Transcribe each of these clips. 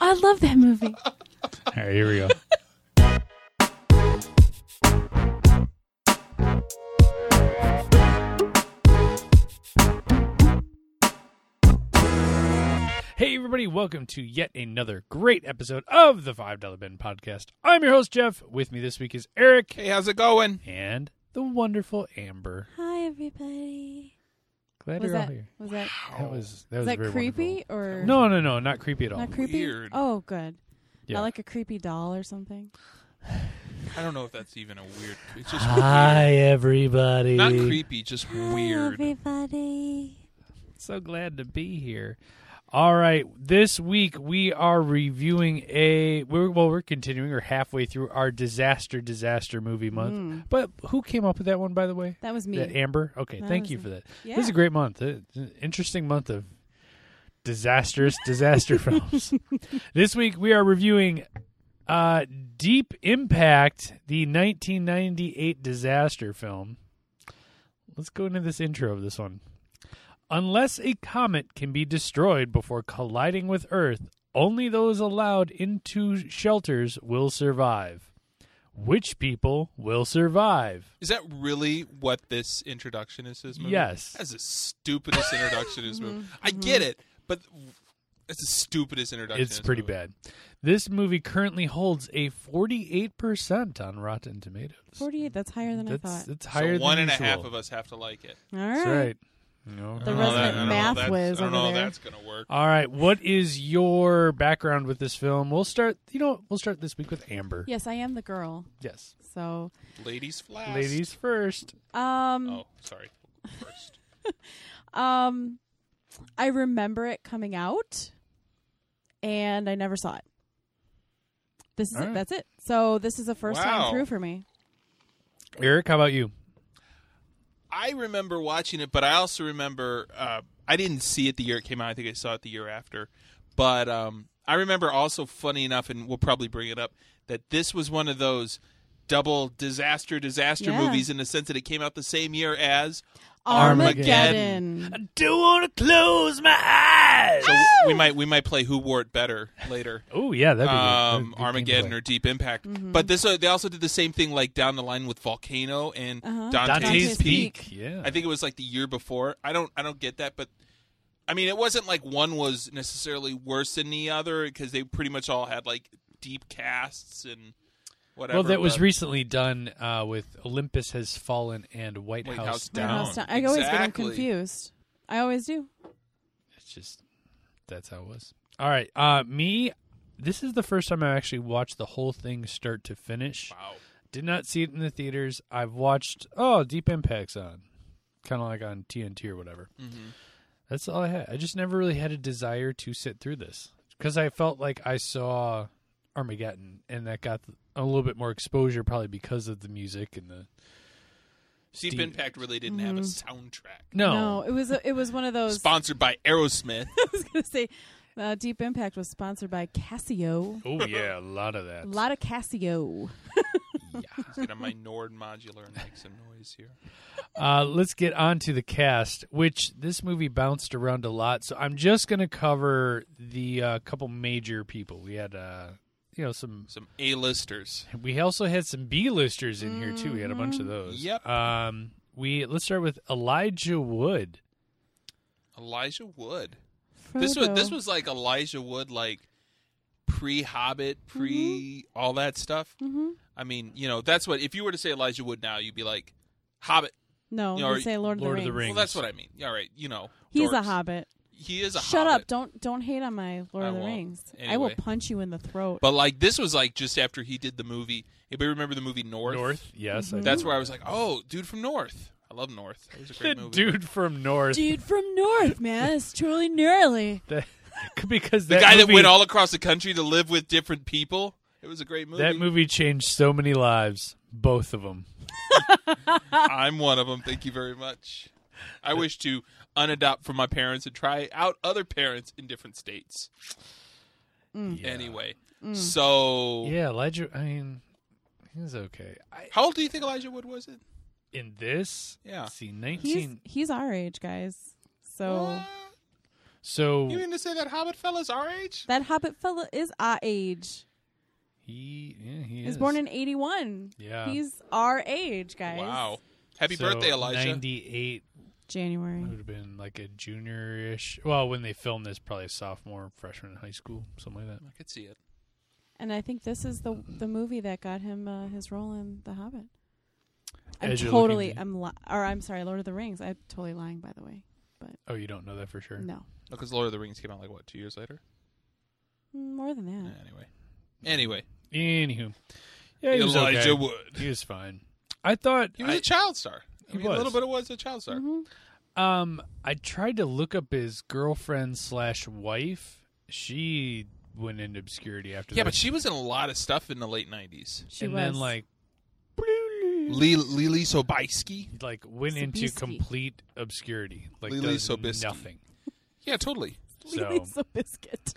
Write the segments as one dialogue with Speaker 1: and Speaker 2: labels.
Speaker 1: I love that movie.
Speaker 2: All right, here we go. Hey, everybody, welcome to yet another great episode of the $5 Bin Podcast. I'm your host, Jeff. With me this week is Eric
Speaker 3: Hey, how's it going?
Speaker 2: and the wonderful Amber.
Speaker 1: Hi, everybody.
Speaker 2: Glad
Speaker 1: Was
Speaker 2: you're
Speaker 1: that
Speaker 2: all here.
Speaker 1: was that
Speaker 2: That was, that
Speaker 1: was
Speaker 2: was
Speaker 1: that
Speaker 2: very
Speaker 1: creepy or
Speaker 2: wonderful. No, no, no, not creepy at all.
Speaker 1: Not creepy.
Speaker 3: Weird.
Speaker 1: Oh, good.
Speaker 2: Yeah.
Speaker 1: Not like a creepy doll or something.
Speaker 3: I don't know if that's even a weird. It's just
Speaker 2: Hi,
Speaker 3: weird.
Speaker 2: everybody.
Speaker 3: not creepy, just weird.
Speaker 1: everybody.
Speaker 2: So glad to be here. All right, this week we are reviewing a we're, well, we're continuing or halfway through our disaster disaster movie month.
Speaker 1: Mm.
Speaker 2: But who came up with that one, by the way?
Speaker 1: That was me.
Speaker 2: That Amber. Okay,
Speaker 1: That
Speaker 2: thank
Speaker 1: was
Speaker 2: you
Speaker 1: me.
Speaker 2: for that.
Speaker 1: yeah.
Speaker 2: This is a great month. Uh, It's an interesting month of disastrous disaster films. This week we are reviewing uh, Deep Impact, the 1998 disaster film. Let's go into this intro of this one. Unless a comet can be destroyed before colliding with Earth, only those allowed into shelters will survive. Which people will survive?
Speaker 3: Is that really what this introduction is? to This movie?
Speaker 2: Yes. Mm-hmm.
Speaker 3: That's the stupidest introduction to this movie. I get it, but it's the stupidest introduction. to
Speaker 2: It's
Speaker 3: this
Speaker 2: pretty
Speaker 3: movie.
Speaker 2: bad. This movie currently holds a 48% on Rotten Tomatoes.
Speaker 1: Forty-eight. That's higher than I
Speaker 2: That's,
Speaker 1: thought.
Speaker 2: that's higher
Speaker 3: so one
Speaker 2: than
Speaker 3: and a half
Speaker 2: usual.
Speaker 3: of us have to like it.
Speaker 1: All right.
Speaker 2: That's right. No.
Speaker 1: The
Speaker 3: I don't know
Speaker 1: resident
Speaker 3: that- I don't know
Speaker 1: math
Speaker 3: that's-
Speaker 1: whiz
Speaker 3: I don't know
Speaker 1: over
Speaker 3: if
Speaker 1: there.
Speaker 3: that's gonna work.
Speaker 2: All right, what is your background with this film? We'll start, you know, we'll start this week with Amber.
Speaker 1: Yes, I am the girl.
Speaker 2: Yes.
Speaker 1: So,
Speaker 3: Ladies flash.
Speaker 2: Ladies first.
Speaker 1: um,
Speaker 3: Oh, sorry. First.
Speaker 1: Um, I remember it coming out, and I never saw it. This is
Speaker 2: All
Speaker 1: it.
Speaker 2: right.
Speaker 1: That's it. So this is the first
Speaker 3: Wow.
Speaker 1: time through for me.
Speaker 2: Eric, how about you?
Speaker 3: I remember watching it, but I also remember uh, I didn't see it the year it came out. I think I saw it the year after. But um, I remember also, funny enough, and we'll probably bring it up, that this was one of those double disaster disaster
Speaker 1: Yeah.
Speaker 3: movies in the sense that it came out the same year as.
Speaker 1: Armageddon.
Speaker 3: Armageddon.
Speaker 2: I do want to close my eyes.
Speaker 3: So we might we might play Who Wore It Better later.
Speaker 2: oh, yeah, that'd be
Speaker 3: um, Armageddon or Deep Impact,
Speaker 1: Mm-hmm.
Speaker 3: but this uh, they also did the same thing like down the line with Volcano and
Speaker 1: Uh-huh.
Speaker 3: Dante's,
Speaker 2: Dante's
Speaker 1: Dante's
Speaker 2: Peak.
Speaker 3: Peak.
Speaker 1: Peak.
Speaker 2: Yeah.
Speaker 3: I think it was like the year before. I don't I don't get that, but I mean, it wasn't like one was necessarily worse than the other because they pretty much all had like deep casts and whatever.
Speaker 2: well, that was
Speaker 3: but-
Speaker 2: recently done uh, with Olympus Has Fallen and White,
Speaker 3: White
Speaker 2: House,
Speaker 3: House
Speaker 1: White
Speaker 2: Down.
Speaker 1: House Down. I always get them
Speaker 3: Exactly.
Speaker 1: confused. I always do.
Speaker 2: It's just that's how it was. All right, uh, me. This is the first time I actually watched the whole thing start to finish.
Speaker 3: wow.
Speaker 2: Did not see it in the theaters. I've watched oh Deep Impact's on, kind of like on TNT or whatever. That's all I had. I just never really had a desire to sit through this because I felt like I saw Armageddon and that got a little bit more exposure probably because of the music and the
Speaker 3: Deep,
Speaker 2: Deep-
Speaker 3: Impact really didn't have a soundtrack.
Speaker 1: No, it was a, it was one of those.
Speaker 3: Sponsored by Aerosmith.
Speaker 1: I was gonna say, uh, Deep Impact was sponsored by Casio.
Speaker 2: Oh yeah, a lot of that.
Speaker 1: A lot of Casio.
Speaker 3: Let's get on my Nord modular and make some noise here.
Speaker 2: Uh, let's get on to the cast, which this movie bounced around a lot. So I'm just going to cover the uh, couple major people. We had, uh, you know, some.
Speaker 3: Some A-listers.
Speaker 2: We also had some B-listers in here too. We had a bunch
Speaker 3: Mm-hmm.
Speaker 2: of those.
Speaker 3: Yep.
Speaker 2: Um, we let's start with Elijah Wood.
Speaker 3: Elijah Wood. This was
Speaker 1: Frodo.
Speaker 3: this was like Elijah Wood, like pre Hobbit,
Speaker 1: Mm-hmm.
Speaker 3: pre all that stuff.
Speaker 1: Mhm.
Speaker 3: I mean, you know, that's what if you were to say Elijah Wood now, you'd be like Hobbit.
Speaker 1: no.
Speaker 3: you know,
Speaker 1: you say Lord,
Speaker 2: Lord
Speaker 1: of the Rings.
Speaker 3: Well, that's what I mean. All right, you know,
Speaker 1: He's a
Speaker 3: dorks.
Speaker 1: hobbit.
Speaker 3: He is a
Speaker 1: Shut
Speaker 3: Hobbit.
Speaker 1: up! Don't don't hate on my Lord
Speaker 3: I
Speaker 1: of the
Speaker 3: won't.
Speaker 1: Rings. I will
Speaker 3: Anyway.
Speaker 1: punch you in the throat.
Speaker 3: But like this was like just after he did the movie. Anybody remember the movie North?
Speaker 2: Yes.
Speaker 1: Mm-hmm.
Speaker 2: I
Speaker 3: That's
Speaker 2: do.
Speaker 3: where I was like, oh, dude from North. I love North. That was a
Speaker 2: the
Speaker 3: great movie.
Speaker 2: dude from North.
Speaker 1: Dude from North, man, it's truly gnarly.
Speaker 2: That- because
Speaker 3: the guy that
Speaker 2: movie-
Speaker 3: went all across the country to live with different people. It was a great movie.
Speaker 2: that movie changed so many lives. Both of them.
Speaker 3: I'm one of them. Thank you very much. I wish to unadopt from my parents and try out other parents in different states. Mm. Anyway, so
Speaker 2: Yeah, Elijah. I mean, he's okay. I,
Speaker 3: how old do you think Elijah Wood was? It
Speaker 2: in this,
Speaker 3: Yeah.
Speaker 2: see,
Speaker 1: He's
Speaker 2: 19. Oh.
Speaker 1: he's our age, guys. So
Speaker 3: What?
Speaker 2: So
Speaker 3: You mean to say that Hobbit fella's our age?
Speaker 1: That Hobbit fella is our age.
Speaker 2: he, yeah, he
Speaker 1: He was
Speaker 2: is.
Speaker 1: born in 81.
Speaker 2: Yeah.
Speaker 1: He's our age, guys.
Speaker 3: Wow. Happy
Speaker 2: So
Speaker 3: birthday, Elijah.
Speaker 2: 98
Speaker 1: January.
Speaker 2: would have been like a junior-ish. Well, when they filmed this, probably a sophomore, freshman in high school, something like that.
Speaker 3: I could see it.
Speaker 1: And I think this is the the movie that got him uh, his role in The Hobbit. I'm
Speaker 2: As you're
Speaker 1: totally
Speaker 2: looking-
Speaker 1: I'm li- or I'm sorry, Lord of the Rings. I'm totally lying by the way.
Speaker 2: Oh, you don't know that for sure?
Speaker 1: No.
Speaker 3: Because Lord of the Rings came out like what two years later.
Speaker 1: More than that.
Speaker 3: Anyway, anyway,
Speaker 2: Anywho, yeah, he was
Speaker 3: Elijah
Speaker 2: okay.
Speaker 3: Wood.
Speaker 2: He was fine. I thought
Speaker 3: He was a
Speaker 2: I-
Speaker 3: child star. I
Speaker 2: He
Speaker 3: mean, a
Speaker 2: was.
Speaker 3: little bit. It was a child star.
Speaker 1: Mhm.
Speaker 2: Um, I tried to look up his girlfriend slash wife. She went into obscurity after
Speaker 3: Yeah,
Speaker 2: that.
Speaker 3: but she was in a lot of stuff in the late '90s.
Speaker 1: She
Speaker 2: and
Speaker 1: was
Speaker 2: then like
Speaker 3: Lily Lily Sobieski.
Speaker 2: like went into
Speaker 1: Sobieski.
Speaker 2: complete obscurity. Like
Speaker 3: Lily
Speaker 2: does
Speaker 3: Sobieski.
Speaker 2: nothing.
Speaker 3: Yeah, totally.
Speaker 2: So
Speaker 1: Lily Biscuit.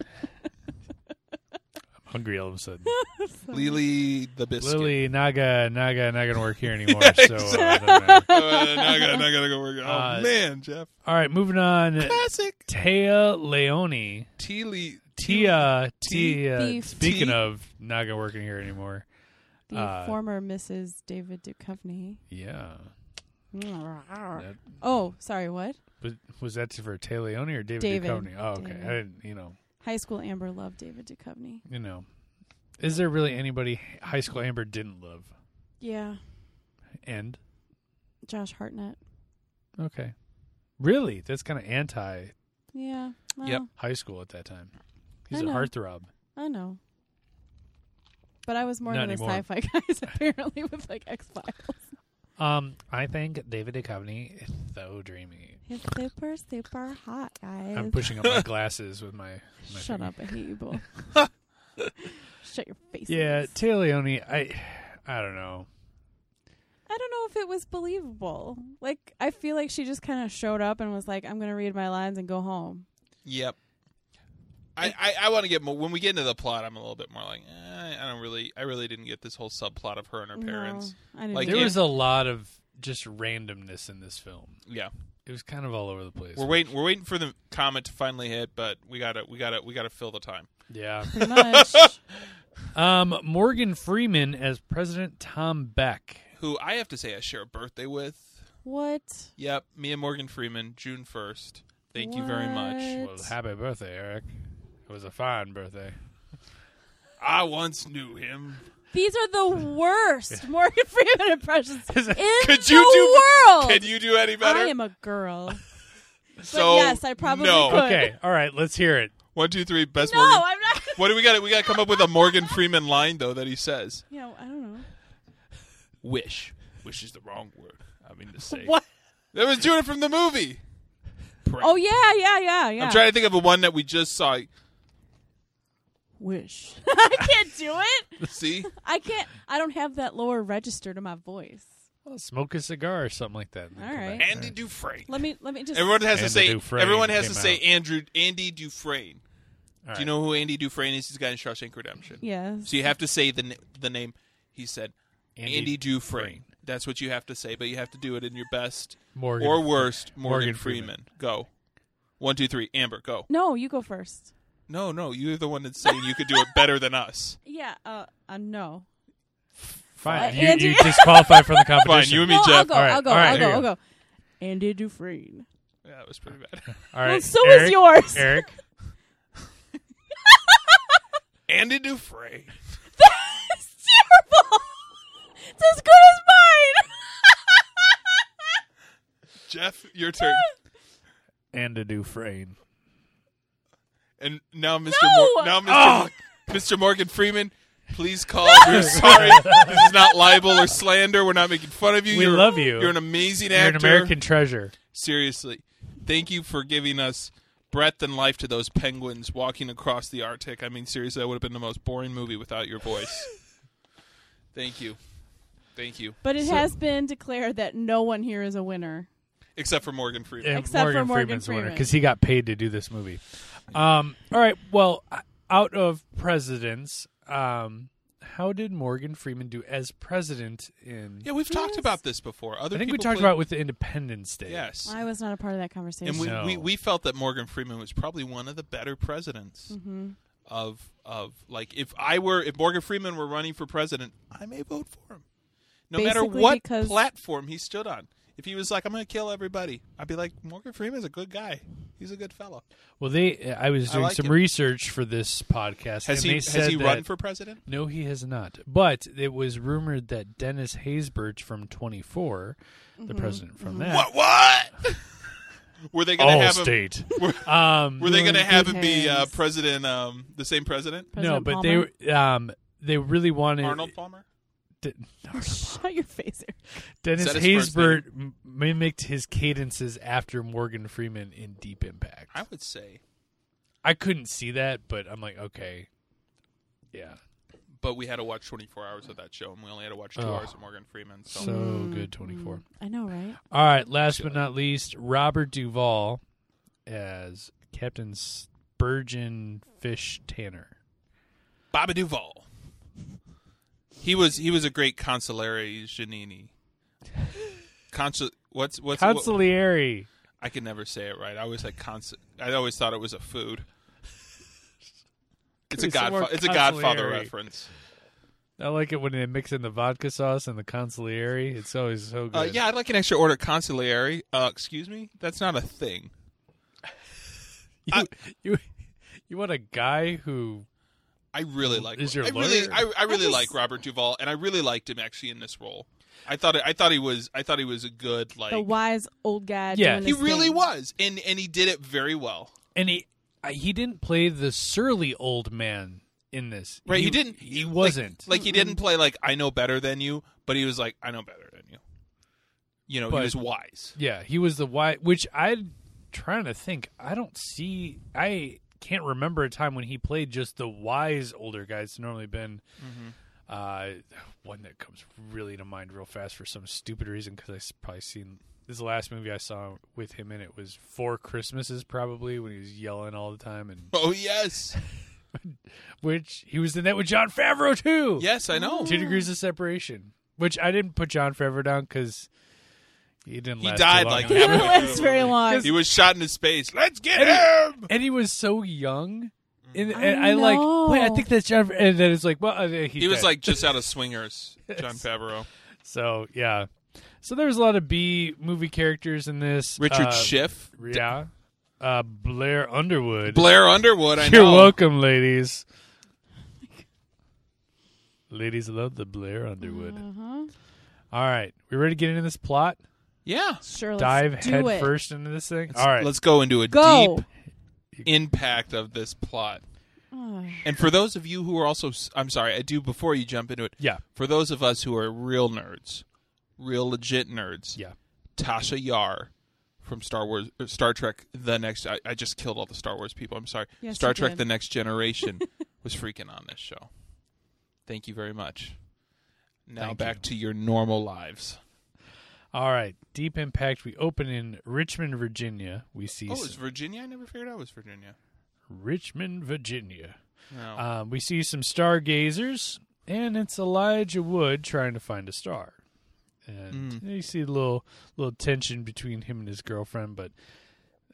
Speaker 2: hungry all of a sudden.
Speaker 3: Lily the biscuit.
Speaker 2: Lily Naga Naga not gonna work here anymore. so uh, doesn't matter.
Speaker 3: Uh, now I gotta, now I gotta go work. Oh
Speaker 2: Uh,
Speaker 3: man, Jeff.
Speaker 2: all right, moving on.
Speaker 3: Classic.
Speaker 2: Tia Leone.
Speaker 3: Teely.
Speaker 2: Tia
Speaker 3: Tea.
Speaker 2: Tia.
Speaker 1: Beef.
Speaker 2: Speaking
Speaker 3: Tea.
Speaker 2: of not gonna working here anymore.
Speaker 1: The
Speaker 2: Uh,
Speaker 1: former Mrs. David Duchovny.
Speaker 2: Yeah. That-
Speaker 1: Oh, sorry, what?
Speaker 2: Was, was that for Tay Leone or David,
Speaker 1: David.
Speaker 2: Duchovny? Oh, okay.
Speaker 1: David.
Speaker 2: I didn't, you know,
Speaker 1: High school Amber loved David Duchovny.
Speaker 2: you know. Is there really anybody high school Amber didn't love?
Speaker 1: Yeah,
Speaker 2: And
Speaker 1: Josh Hartnett.
Speaker 2: okay, really, that's kind of anti
Speaker 1: Yeah. Well,
Speaker 3: Yep.
Speaker 2: high school at that time. He's
Speaker 1: I
Speaker 2: a
Speaker 1: know.
Speaker 2: heartthrob.
Speaker 1: I know. But I was more
Speaker 2: Not
Speaker 1: into the
Speaker 2: anymore.
Speaker 1: sci-fi guys apparently with like X Files.
Speaker 2: Um, I think David Duchovny is so dreamy.
Speaker 1: He's super super hot, guys.
Speaker 2: I'm pushing up my glasses with my. my
Speaker 1: Shut
Speaker 2: finger.
Speaker 1: up! I hate you both. Shut your face.
Speaker 2: Yeah, Tay Leone. I, I don't know.
Speaker 1: I don't know if it was believable. Like, I feel like she just kind of showed up and was like, "I'm gonna read my lines and go home."
Speaker 3: Yep. I, I, I want to get more when we get into the plot. I'm a little bit more like eh, I don't really I really didn't get this whole subplot of her and her parents.
Speaker 1: No, I didn't.
Speaker 3: Like,
Speaker 1: get
Speaker 2: There
Speaker 3: in-
Speaker 2: was a lot of just randomness in this film.
Speaker 3: Yeah,
Speaker 2: It was kind of all over the place.
Speaker 3: we're waiting we're waiting for the comment to finally hit, but we gotta we gotta we gotta fill the time.
Speaker 2: Yeah.
Speaker 1: it. pretty much.
Speaker 2: Um, Morgan Freeman as President Tom Beck.
Speaker 3: Who I have to say I share a birthday with.
Speaker 1: what?
Speaker 3: Yep, me and Morgan Freeman, June first. Thank you very much.
Speaker 1: What?
Speaker 2: Well, happy birthday, Eric. It was a fine birthday.
Speaker 3: I once knew him.
Speaker 1: These are the worst Morgan Freeman impressions in
Speaker 3: Could
Speaker 1: the
Speaker 3: you do
Speaker 1: world.
Speaker 3: Can you do any better?
Speaker 1: I am a girl.
Speaker 3: so
Speaker 1: yes, I probably
Speaker 3: no.
Speaker 1: could.
Speaker 2: Okay, all right, let's hear it.
Speaker 3: One, two, three. Best
Speaker 1: no,
Speaker 3: Morgan.
Speaker 1: I'm not.
Speaker 3: What do we got? We got to come up with a Morgan Freeman line though that he says.
Speaker 1: You know, I don't know.
Speaker 3: Wish. Wish is the wrong word. I mean to say.
Speaker 1: What?
Speaker 3: That was Judah from the movie. Pray.
Speaker 1: Oh yeah, yeah, yeah, yeah.
Speaker 3: I'm trying to think of the one that we just saw.
Speaker 1: Wish. I can't do it.
Speaker 3: See?
Speaker 1: I can't. I don't have that lower register to my voice.
Speaker 2: Well, smoke a cigar or something like that. and then
Speaker 1: All
Speaker 2: come
Speaker 1: right.
Speaker 2: back.
Speaker 3: Andy Dufresne.
Speaker 1: Let me. Let me just.
Speaker 3: Everyone has to
Speaker 2: Andy
Speaker 3: say.
Speaker 2: Dufresne
Speaker 3: everyone has to
Speaker 2: came
Speaker 3: say
Speaker 2: out.
Speaker 3: Andrew Andy Dufresne.
Speaker 2: All
Speaker 3: Do you
Speaker 2: right.
Speaker 3: know who Andy Dufresne is? He's the guy in Shawshank Redemption.
Speaker 1: Yes.
Speaker 3: So you have to say the n- the name. He said
Speaker 2: Uh,
Speaker 3: Andy, Dufresne.
Speaker 2: Dufresne.
Speaker 3: That's what you have to say, but you have to do it in your best
Speaker 2: Morgan
Speaker 3: or worst Morgan,
Speaker 2: Morgan
Speaker 3: Freeman.
Speaker 2: Freeman.
Speaker 3: Go. One, two, three. Amber, go.
Speaker 1: No, you go first.
Speaker 3: No, no, you're the one that's saying you could do it better than us.
Speaker 1: Yeah. Uh. uh no.
Speaker 2: Fine,
Speaker 1: Uh,
Speaker 2: you,
Speaker 1: Andy-
Speaker 2: you disqualify from the competition.
Speaker 3: Fine, you and me,
Speaker 1: No, I'll
Speaker 3: Jeff.
Speaker 1: go.
Speaker 2: All right,
Speaker 1: I'll go.
Speaker 2: all right,
Speaker 1: I'll go.
Speaker 2: here
Speaker 1: I'll
Speaker 2: you
Speaker 1: go. Andy Dufresne.
Speaker 3: Yeah, that was pretty bad.
Speaker 2: All right,
Speaker 1: Well, so
Speaker 2: Eric,
Speaker 1: is yours.
Speaker 2: Eric,
Speaker 3: Andy Dufresne.
Speaker 1: That's terrible. It's as good as mine.
Speaker 3: Jeff, your turn.
Speaker 2: and a Dufresne.
Speaker 3: And now, Mr.
Speaker 1: No!
Speaker 3: Mor- now, Mr. Mor- Mr. Morgan Freeman, please call. We're sorry. This is not libel or slander. We're not making fun of you.
Speaker 2: We
Speaker 3: You're-
Speaker 2: love you.
Speaker 3: You're an amazing
Speaker 2: You're an
Speaker 3: actor.
Speaker 2: American treasure.
Speaker 3: Seriously, thank you for giving us breath and life to those penguins walking across the Arctic. I mean, seriously, that would have been the most boring movie without your voice. thank you, thank you.
Speaker 1: But it has been declared that no one here is a winner.
Speaker 3: Except for Morgan Freeman.
Speaker 2: And
Speaker 1: Except for
Speaker 2: Morgan,
Speaker 1: Morgan
Speaker 2: Freeman's the winner
Speaker 1: Freeman.
Speaker 2: because he got paid to do this movie. Um, all right. Well, uh, out of presidents, um, how did Morgan Freeman do as president in?
Speaker 3: Yeah, we've talked
Speaker 1: Yes.
Speaker 3: about this before. Other
Speaker 2: I think we
Speaker 3: people
Speaker 2: talked
Speaker 3: played-
Speaker 2: about with the Independence Day.
Speaker 3: yes,
Speaker 1: I was not a part of that conversation.
Speaker 3: and we,
Speaker 2: No.
Speaker 3: we we felt that Morgan Freeman was probably one of the better presidents
Speaker 1: Mm-hmm.
Speaker 3: of of like if I were if Morgan Freeman were running for president, I may vote for him, no matter
Speaker 1: Basically
Speaker 3: what
Speaker 1: because-
Speaker 3: platform he stood on. If he was like, "I'm going to kill everybody," I'd be like, "Morgan Freeman's a good guy. He's a good fellow."
Speaker 2: Well, they. I was
Speaker 3: I
Speaker 2: doing
Speaker 3: like
Speaker 2: some
Speaker 3: it.
Speaker 2: research for this podcast. and
Speaker 3: Has he
Speaker 2: they
Speaker 3: has
Speaker 2: said
Speaker 3: he run
Speaker 2: that-
Speaker 3: for president?
Speaker 2: No, he has not. But it was rumored that Dennis Haysbert from 24, the
Speaker 1: Mm-hmm.
Speaker 2: president from that,
Speaker 3: What what? were they going to
Speaker 2: all
Speaker 3: have him?
Speaker 2: state.
Speaker 3: Were,
Speaker 2: Um,
Speaker 3: were they going to
Speaker 1: Doing
Speaker 3: have
Speaker 1: good
Speaker 3: him be uh,
Speaker 1: hands.
Speaker 3: president? Um, the same president,
Speaker 2: no,
Speaker 1: President
Speaker 2: but
Speaker 1: Palmer.
Speaker 2: they um they really wanted
Speaker 3: Arnold Palmer.
Speaker 2: D-
Speaker 1: Shut your face, Eric.
Speaker 2: Dennis
Speaker 3: Is that his first
Speaker 2: Haysbert m- mimicked his cadences after Morgan Freeman in Deep Impact.
Speaker 3: I would say,
Speaker 2: I couldn't see that, but I'm like, okay, yeah,
Speaker 3: but we had to watch 24 hours of that show, and we only had to watch two
Speaker 2: Oh.
Speaker 3: hours of Morgan Freeman. So,
Speaker 2: so
Speaker 1: Mm-hmm.
Speaker 2: good. 24.
Speaker 1: I know, right?
Speaker 2: All right. Last but not least, Robert Duvall as Captain Spurgeon Fish Tanner.
Speaker 3: Bobby Duvall. He was he was a great consolare Giannini. Consul, what's what's what-
Speaker 2: Consigliere.
Speaker 3: I could never say it right. I always like cons. I always thought it was a food. It's a
Speaker 2: Give me some more
Speaker 3: godfather. It's a Godfather
Speaker 2: consigliere.
Speaker 3: reference.
Speaker 2: I like it when they mix in the vodka sauce and the consigliere. It's always so good.
Speaker 3: Uh, yeah, I'd like an extra order of consigliere. Uh, excuse me, that's not a thing.
Speaker 2: You,
Speaker 3: I-
Speaker 2: you, you want a guy who
Speaker 3: I really like.
Speaker 2: Is your
Speaker 3: I really,
Speaker 2: lawyer.
Speaker 3: I, I really
Speaker 1: just-
Speaker 3: like Robert Duvall, and I really liked him actually in this role. I thought I thought he was I thought he was a good like
Speaker 1: The wise old guy.
Speaker 2: Yeah.
Speaker 1: doing
Speaker 3: he
Speaker 1: his
Speaker 3: really
Speaker 1: thing.
Speaker 3: was, and and he did it very well.
Speaker 2: and he uh, he didn't play the surly old man in this.
Speaker 3: Right? He, didn't.
Speaker 2: He
Speaker 3: like-
Speaker 2: wasn't.
Speaker 3: like, he didn't play like I know better than you, but he was like I know better than you. You know,
Speaker 2: But-
Speaker 3: he was wise.
Speaker 2: yeah, he was the why. Which I'm trying to think. I don't see. I can't remember a time when he played just the wise older guy. It's normally been.
Speaker 3: Mm-hmm.
Speaker 2: Uh, one that comes really to mind real fast for some stupid reason because I probably seen this last movie I saw with him in it was Four Christmases probably when he was yelling all the time and
Speaker 3: Oh yes,
Speaker 2: which he was in that with John Favreau too.
Speaker 3: yes, I know.
Speaker 2: Two degrees of separation, which I didn't put John Favreau down because he didn't.
Speaker 3: He
Speaker 2: last
Speaker 3: died
Speaker 2: too long.
Speaker 3: like
Speaker 1: He didn't last very long.
Speaker 3: He was shot into space. Let's get
Speaker 2: And
Speaker 3: him.
Speaker 2: and he was so young. And,
Speaker 1: I
Speaker 2: and I, like. Wait, I
Speaker 1: know.
Speaker 2: think that's John. Fa- And then it's like, well, uh, he's
Speaker 3: He was
Speaker 2: dead.
Speaker 3: like just out of swingers. John Favreau,
Speaker 2: so yeah. So there was a lot of B movie characters in this.
Speaker 3: Richard
Speaker 2: uh,
Speaker 3: Schiff,
Speaker 2: yeah, uh, Blair Underwood.
Speaker 3: Blair Underwood. I
Speaker 2: You're
Speaker 3: know.
Speaker 2: welcome, ladies. ladies love the Blair Underwood.
Speaker 1: Uh-huh.
Speaker 2: All right, we ready to get into this plot?
Speaker 3: Yeah.
Speaker 1: Sure. Let's
Speaker 2: Dive
Speaker 1: do
Speaker 2: head
Speaker 1: it.
Speaker 2: first into this thing. All right,
Speaker 3: Let's go into a
Speaker 1: Go.
Speaker 3: deep impact of this plot.
Speaker 1: Ugh.
Speaker 3: And for those of you who are also, I'm sorry, I do before you jump into it.
Speaker 2: yeah,
Speaker 3: For those of us who are real nerds, real legit nerds,
Speaker 2: yeah.
Speaker 3: Tasha Yar from Star Wars, or Star Trek: The Next. I, I just killed all the Star Wars people. I'm sorry.
Speaker 1: Yes,
Speaker 3: Star
Speaker 1: you
Speaker 3: Trek:
Speaker 1: did.
Speaker 3: The Next Generation was freaking on this show. Thank you very much. Now
Speaker 2: Thank
Speaker 3: back to your normal lives.
Speaker 2: All right, Deep Impact. We open in Richmond, Virginia. We see
Speaker 3: Oh,
Speaker 2: s-
Speaker 3: it's Virginia. I never figured out it was Virginia.
Speaker 2: Richmond, Virginia.
Speaker 3: No.
Speaker 2: Um, we see some stargazers, and it's Elijah Wood trying to find a star. And
Speaker 3: Hmm.
Speaker 2: you see a little little tension between him and his girlfriend, but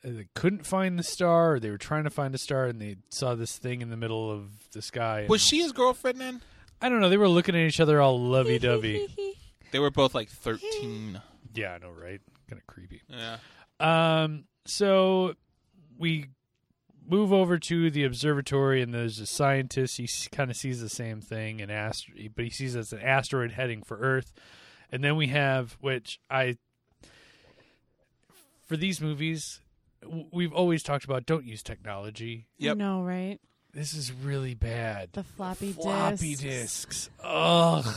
Speaker 2: uh, they couldn't find the star. Or they were trying to find a star, and they saw this thing in the middle of the sky. and-
Speaker 3: was she his girlfriend then?
Speaker 2: I don't know. They were looking at each other all lovey-dovey.
Speaker 3: They were both like 13.
Speaker 2: yeah, I know, right? Kind of creepy.
Speaker 3: Yeah.
Speaker 2: Um, so we move over to the observatory, and there's a scientist. He kind of sees the same thing, an ast- but he sees it's an asteroid heading for Earth. And then we have, which I, for these movies, w- we've always talked about don't use technology.
Speaker 1: You
Speaker 3: Yep.
Speaker 1: know, right?
Speaker 2: This is really bad.
Speaker 1: The floppy,
Speaker 2: floppy
Speaker 1: disks.
Speaker 2: discs. Ugh.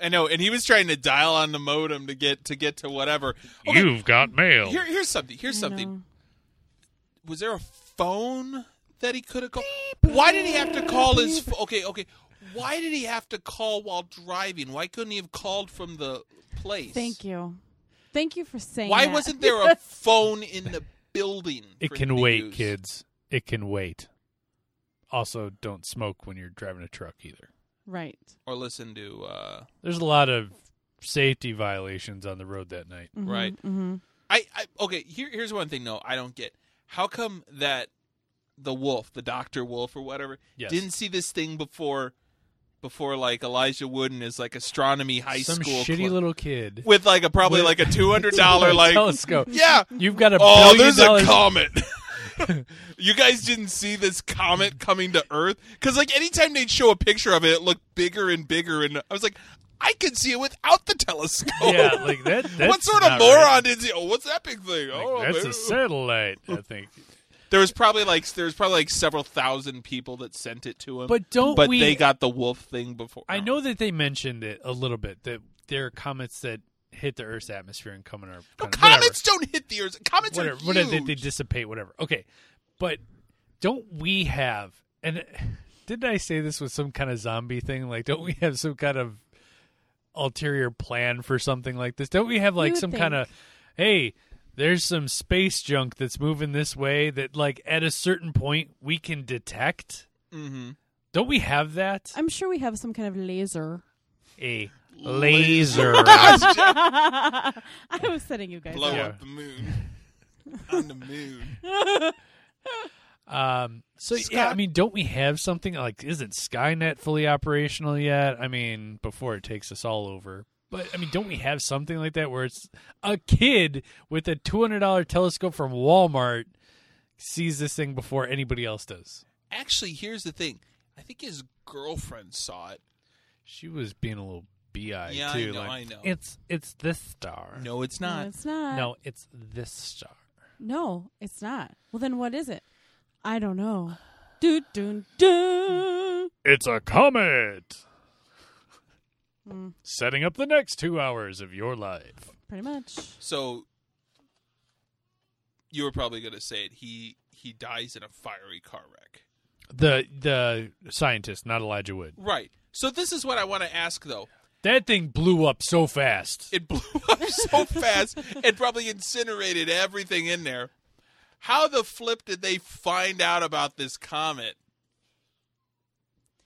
Speaker 3: I know, and he was trying to dial on the modem to get to get to whatever. Okay,
Speaker 2: You've got mail.
Speaker 3: here, here's something. Here's
Speaker 1: I
Speaker 3: something.
Speaker 1: know.
Speaker 3: Was there a phone that he could have called? Why did he have to call his? ph- Okay, okay. Why did he have to call while driving? Why couldn't he have called from the place?
Speaker 1: Thank you. Thank you for saying.
Speaker 3: Why
Speaker 1: that.
Speaker 3: wasn't there a phone in the building?
Speaker 2: It
Speaker 3: for
Speaker 2: can
Speaker 3: him to
Speaker 2: wait,
Speaker 3: use?
Speaker 2: kids. It can wait. Also, don't smoke when you're driving a truck either.
Speaker 1: Right.
Speaker 3: or listen to uh,
Speaker 2: There's a lot of safety violations on the road that night.
Speaker 1: Mhm,
Speaker 3: Right.
Speaker 1: mhm.
Speaker 3: I, I okay. Here, here's one thing. No, I don't get. How come that the wolf, the Doctor Wolf or whatever,
Speaker 2: Yes.
Speaker 3: didn't see this thing before? Before like Elijah Wood and his like astronomy high
Speaker 2: Some
Speaker 3: school
Speaker 2: shitty
Speaker 3: cl-
Speaker 2: little kid.
Speaker 3: with like a probably
Speaker 2: with-
Speaker 3: like a two hundred dollar like
Speaker 2: telescope.
Speaker 3: yeah.
Speaker 2: You've got a
Speaker 3: Oh,
Speaker 2: billion
Speaker 3: there's a
Speaker 2: dollars.
Speaker 3: comet. you guys didn't see this comet coming to Earth because like anytime they'd show a picture of it, it looked bigger and bigger, and I was like, I could see it without the telescope.
Speaker 2: yeah, like that. That's
Speaker 3: what sort of
Speaker 2: not
Speaker 3: moron
Speaker 2: right.
Speaker 3: did he? Oh, what's that big thing?
Speaker 2: Like,
Speaker 3: oh,
Speaker 2: that's
Speaker 3: man.
Speaker 2: a satellite, I think.
Speaker 3: there was probably like there was probably like several thousand people that sent it to him,
Speaker 2: But don't
Speaker 3: but
Speaker 2: we?
Speaker 3: they got the wolf thing before.
Speaker 2: I know that they mentioned it a little bit that there are comets that hit the Earth's atmosphere and come in our
Speaker 3: No,
Speaker 2: kind of- whatever.
Speaker 3: comets don't hit the Earth. Comets
Speaker 2: whatever,
Speaker 3: are huge.
Speaker 2: whatever, they, they dissipate, whatever. Okay, but don't we have? And didn't I say this was some kind of zombie thing? Like, don't we have some kind of ulterior plan for something like this? Don't we have like
Speaker 1: would
Speaker 2: some kind of hey? There's some space junk that's moving this way that, like, at a certain point, we can detect.
Speaker 3: Mhm.
Speaker 2: Don't we have that?
Speaker 1: I'm sure we have some kind of laser.
Speaker 2: A laser.
Speaker 1: I was setting you guys
Speaker 3: Blow
Speaker 1: up.
Speaker 2: Yeah.
Speaker 3: up the moon on the moon.
Speaker 2: Um, so yeah, I
Speaker 3: Sky-
Speaker 2: mean, don't we have something like isn't Skynet fully operational yet? I mean, before it takes us all over. But I mean, don't we have something like that where it's a kid with a two hundred dollar telescope from Walmart sees this thing before anybody else does?
Speaker 3: Actually, here's the thing. I think his girlfriend saw it.
Speaker 2: She was being a little bi
Speaker 3: Yeah, I
Speaker 2: too.
Speaker 3: know,
Speaker 2: like,
Speaker 3: I know.
Speaker 2: It's it's this star.
Speaker 3: No, it's
Speaker 1: No,
Speaker 3: not.
Speaker 1: it's not.
Speaker 2: no, it's this star.
Speaker 1: No, it's not. Well, then what is it? I don't know. Do do do.
Speaker 3: Hmm.
Speaker 2: It's a comet. Setting up the next two hours of your life.
Speaker 1: Pretty much.
Speaker 3: So you were probably going to say it. He he dies in a fiery car wreck.
Speaker 2: The the scientist, not Elijah Wood.
Speaker 3: Right. So this is what I want to ask though.
Speaker 2: That thing blew up so fast.
Speaker 3: It blew up so fast and probably incinerated everything in there. How the flip did they find out about this comet?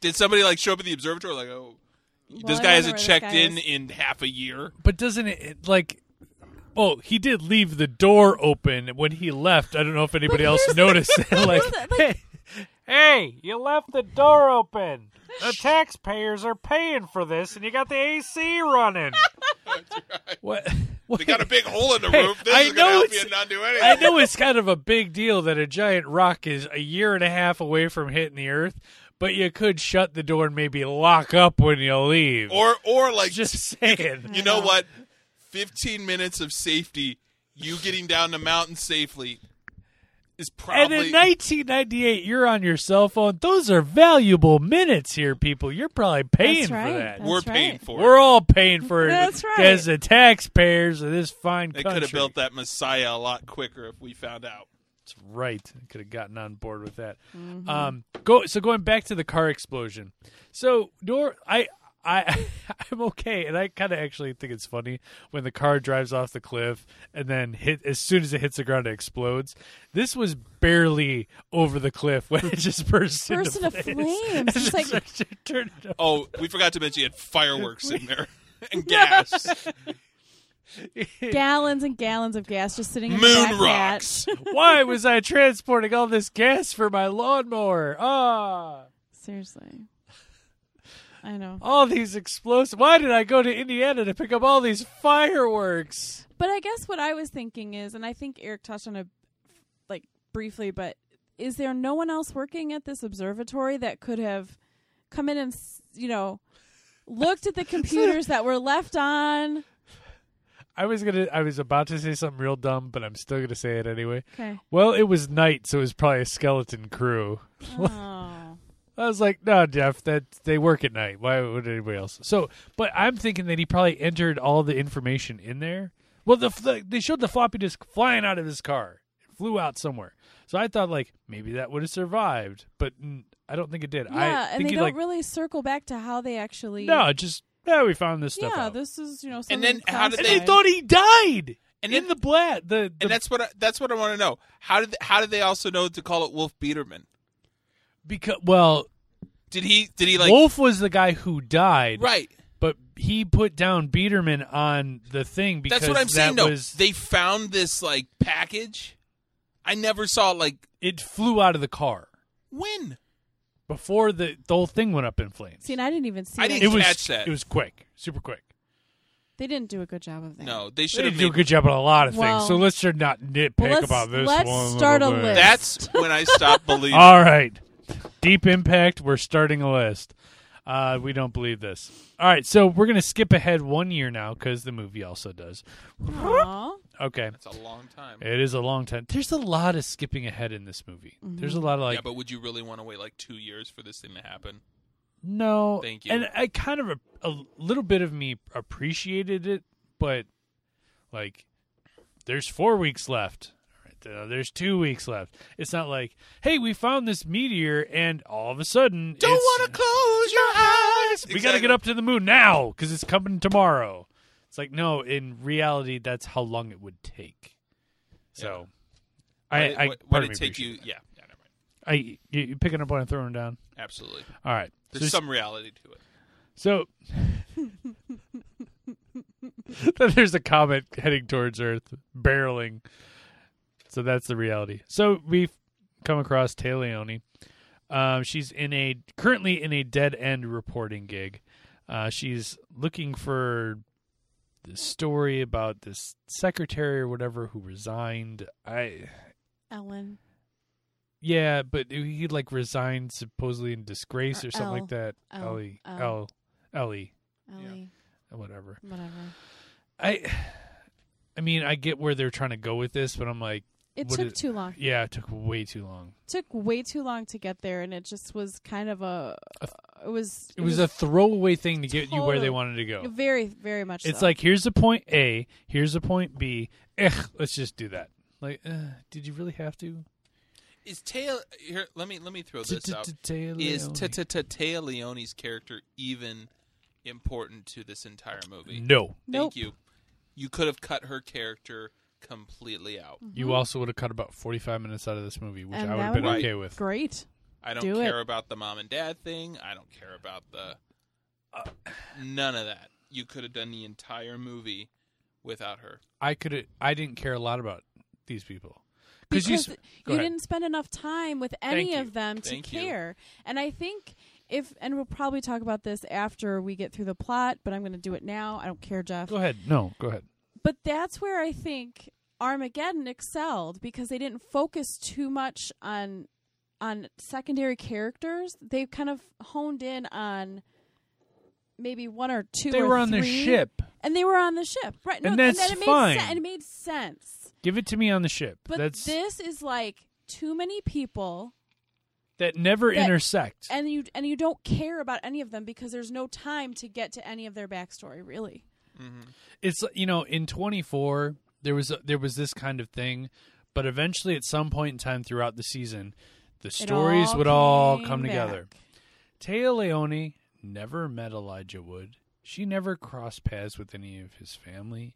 Speaker 3: Did somebody like show up at the observatory like, "Oh,
Speaker 1: Well,
Speaker 3: this
Speaker 1: I don't
Speaker 3: guy
Speaker 1: know
Speaker 3: hasn't
Speaker 1: where this
Speaker 3: checked
Speaker 1: guy
Speaker 3: in
Speaker 1: is.
Speaker 3: in half a year."
Speaker 2: but doesn't it, it, like? Oh, he did leave the door open when he left. I don't know if anybody else noticed. that. like, hey, hey, you left the door open. The taxpayers are paying for this, and you got the AC running. What?
Speaker 3: They got a big hole in the
Speaker 2: Hey,
Speaker 3: roof. This
Speaker 2: I
Speaker 3: is going
Speaker 2: know
Speaker 3: to help
Speaker 2: it's-
Speaker 3: you and not do anything.
Speaker 2: I know it's kind of a big deal that a giant rock is a year and a half away from hitting the Earth, but you could shut the door and maybe lock up when you leave.
Speaker 3: Or or like
Speaker 2: Just saying.
Speaker 3: You know what? 15 minutes of safety, you getting down the mountain safely, is
Speaker 2: And
Speaker 3: probably.
Speaker 2: in 1998, you're on your cell phone. Those are valuable minutes here, people. You're probably paying
Speaker 1: That's right.
Speaker 2: for that.
Speaker 1: That's
Speaker 3: we're paying
Speaker 1: right.
Speaker 3: for
Speaker 2: We're
Speaker 3: it.
Speaker 2: all paying for it
Speaker 1: That's right.
Speaker 2: as the taxpayers of this fine
Speaker 3: They
Speaker 2: country.
Speaker 3: could have built that Messiah a lot quicker if we found out.
Speaker 2: That's right. Could have gotten on board with that.
Speaker 1: Mm-hmm.
Speaker 2: Um, go. So going back to the car explosion. So nor I. I I'm okay, and I kind of actually think it's funny when the car drives off the cliff and then hit as soon as it hits the ground, it explodes. This was barely over the cliff when it just burst,
Speaker 1: Burst into flames. It's like-
Speaker 2: turned it off.
Speaker 3: Oh, we forgot to mention you had fireworks in there and gas.
Speaker 1: Gallons and gallons of gas just sitting in the
Speaker 3: Moon
Speaker 1: back
Speaker 3: rocks.
Speaker 1: hatch.
Speaker 2: Why was I transporting all this gas for my lawnmower? Ah.
Speaker 1: Seriously. I know.
Speaker 2: all these explosives. Why did I go to Indiana to pick up all these fireworks?
Speaker 1: But I guess what I was thinking is, and I think Eric touched on it like briefly, but is there no one else working at this observatory that could have come in and s you know looked at the computers that were left on?
Speaker 2: I was gonna. I was about to say something real dumb, but I'm still gonna say it anyway.
Speaker 1: Okay.
Speaker 2: Well, it was night, so it was probably a skeleton crew.
Speaker 1: Oh.
Speaker 2: I was like, no, Jeff, that they work at night. Why would anybody else? So, but I'm thinking that he probably entered all the information in there. Well, the, the they showed the floppy disk flying out of his car. It flew out somewhere. So I thought like maybe that would have survived, but mm, I don't think it did.
Speaker 1: Yeah,
Speaker 2: I
Speaker 1: and
Speaker 2: think
Speaker 1: they
Speaker 2: he
Speaker 1: don't
Speaker 2: like
Speaker 1: really circle back to how they actually.
Speaker 2: no, just yeah, we found this stuff.
Speaker 1: Yeah,
Speaker 2: out.
Speaker 1: this is you know.
Speaker 3: And then
Speaker 1: something
Speaker 3: how did
Speaker 2: And
Speaker 3: they-
Speaker 2: they
Speaker 1: classified.
Speaker 2: thought he died. And
Speaker 3: And then-
Speaker 2: in the blat, the, the
Speaker 3: And that's what I, that's what I want to know. How did they, how did they also know to call it Wolf Biederman?
Speaker 2: because well,
Speaker 3: Did he? Did he like?
Speaker 2: Wolf was the guy who died,
Speaker 3: Right.
Speaker 2: But he put down Biederman on the thing because
Speaker 3: That's what I'm
Speaker 2: that
Speaker 3: saying. No,
Speaker 2: was
Speaker 3: they found this like package. I never saw like
Speaker 2: it flew out of the car
Speaker 3: when.
Speaker 2: before the the whole thing went up in flames.
Speaker 1: See, and I didn't even see.
Speaker 3: I
Speaker 1: that.
Speaker 3: didn't
Speaker 2: it was
Speaker 3: catch that.
Speaker 2: it was quick, super quick.
Speaker 1: They didn't do a good job of that.
Speaker 3: No, they
Speaker 2: They
Speaker 3: should have
Speaker 2: did do a
Speaker 3: made.
Speaker 2: good job on a lot of
Speaker 1: Well-
Speaker 2: things, so let's just not nitpick
Speaker 1: Well, let's-
Speaker 2: about this
Speaker 1: let's
Speaker 2: one.
Speaker 1: start a
Speaker 2: little bit.
Speaker 1: list.
Speaker 3: That's when I stopped believing.
Speaker 2: All right. Deep Impact, we're starting a list. Uh, we don't believe this. All right, so we're going to skip ahead one year now because the movie also does.
Speaker 1: Aw.
Speaker 2: Okay.
Speaker 3: That's a long time.
Speaker 2: It is a long time. There's a lot of skipping ahead in this movie. There's a lot of like,
Speaker 3: yeah, but would you really want to wait like two years for this thing to happen?
Speaker 2: no.
Speaker 3: Thank you.
Speaker 2: And I kind of, a, a little bit of me appreciated it, but like, there's four weeks left. All right, uh, There's two weeks left. It's not like, hey, we found this meteor, and all of a sudden,
Speaker 3: Don't
Speaker 2: it's-
Speaker 3: want to close your eyes.
Speaker 2: we got to get up to the moon now because it's coming tomorrow. It's like no, in reality, that's how long it would take. So, I, I
Speaker 3: what,
Speaker 2: part
Speaker 3: did
Speaker 2: of
Speaker 3: it
Speaker 2: me
Speaker 3: take you?
Speaker 2: appreciates
Speaker 3: Yeah, yeah, never mind.
Speaker 2: that. I you, you picking up what I'm throwing down?
Speaker 3: Absolutely.
Speaker 2: All right.
Speaker 3: There's some reality to it.
Speaker 2: So Then there's a comet heading towards Earth, barreling. So that's the reality. So we've come across Taleone. Um, she's in a currently in a dead end reporting gig. Uh, she's looking for the story about this secretary or whatever who resigned. I
Speaker 1: Ellen.
Speaker 2: yeah, but he like resigned supposedly in disgrace or,
Speaker 1: Or
Speaker 2: something
Speaker 1: L.
Speaker 2: like that.
Speaker 1: L.
Speaker 2: Ellie,
Speaker 1: L.
Speaker 2: L, Ellie,
Speaker 1: Ellie.
Speaker 2: whatever.
Speaker 1: Whatever.
Speaker 2: I I mean, I get where they're trying to go with this, but I'm like,
Speaker 1: It
Speaker 2: What
Speaker 1: took
Speaker 2: is-
Speaker 1: too long.
Speaker 2: yeah, it took way too long.
Speaker 1: took way too long to get there, and it just was kind of a. It was.
Speaker 2: It was a throwaway thing to get you where they
Speaker 1: Totally.
Speaker 2: wanted to go.
Speaker 1: very, very much.
Speaker 2: It's
Speaker 1: so.
Speaker 2: like here's the point A, here's the point B. Ugh, let's just do that. Like, uh, did you really have to?
Speaker 3: Is Tail here? Let me let me throw this out. Is
Speaker 2: Is
Speaker 3: Talia Leone's character even important to this entire movie?
Speaker 2: no.
Speaker 1: Nope.
Speaker 3: Thank you. You could have cut her character completely out.
Speaker 2: You also would have cut about 45 minutes out of this movie, which
Speaker 1: And
Speaker 2: I would have
Speaker 1: that
Speaker 2: been
Speaker 3: would-
Speaker 2: okay with.
Speaker 1: great.
Speaker 3: I don't
Speaker 1: Do it.
Speaker 3: care about the mom and dad thing. I don't care about the none of that. You could have done the entire movie without her.
Speaker 2: I could I didn't care a lot about these people.
Speaker 1: because
Speaker 2: you,
Speaker 1: th-
Speaker 2: s- go
Speaker 1: you
Speaker 2: ahead.
Speaker 1: didn't spend enough time with any
Speaker 2: Thank you.
Speaker 1: of them to
Speaker 3: Thank you.
Speaker 1: care. And I think if and we'll probably talk about this after we get through the plot, but I'm going to do it now. I don't care, Jeff.
Speaker 2: Go ahead. No, go ahead.
Speaker 1: But that's where I think Armageddon excelled because they didn't focus too much on on secondary characters. They kind of honed in on maybe one or two.
Speaker 2: They
Speaker 1: or
Speaker 2: were on their
Speaker 1: three,
Speaker 2: ship.
Speaker 1: and they were on the ship, right? No,
Speaker 2: And that's
Speaker 1: then it made
Speaker 2: fine.
Speaker 1: sen- and it made sense.
Speaker 2: Give it to me on the ship.
Speaker 1: But
Speaker 2: That's
Speaker 1: this is like too many people,
Speaker 2: that never
Speaker 1: that-
Speaker 2: intersect.
Speaker 1: and you and you don't care about any of them because there's no time to get to any of their backstory, really.
Speaker 2: it's you know in 24 there was a, there was this kind of thing, but eventually at some point in time throughout the season, the
Speaker 1: It
Speaker 2: stories would
Speaker 1: came
Speaker 2: all come
Speaker 1: back.
Speaker 2: together. Taya Leone never met Elijah Wood. She never crossed paths with any of his family.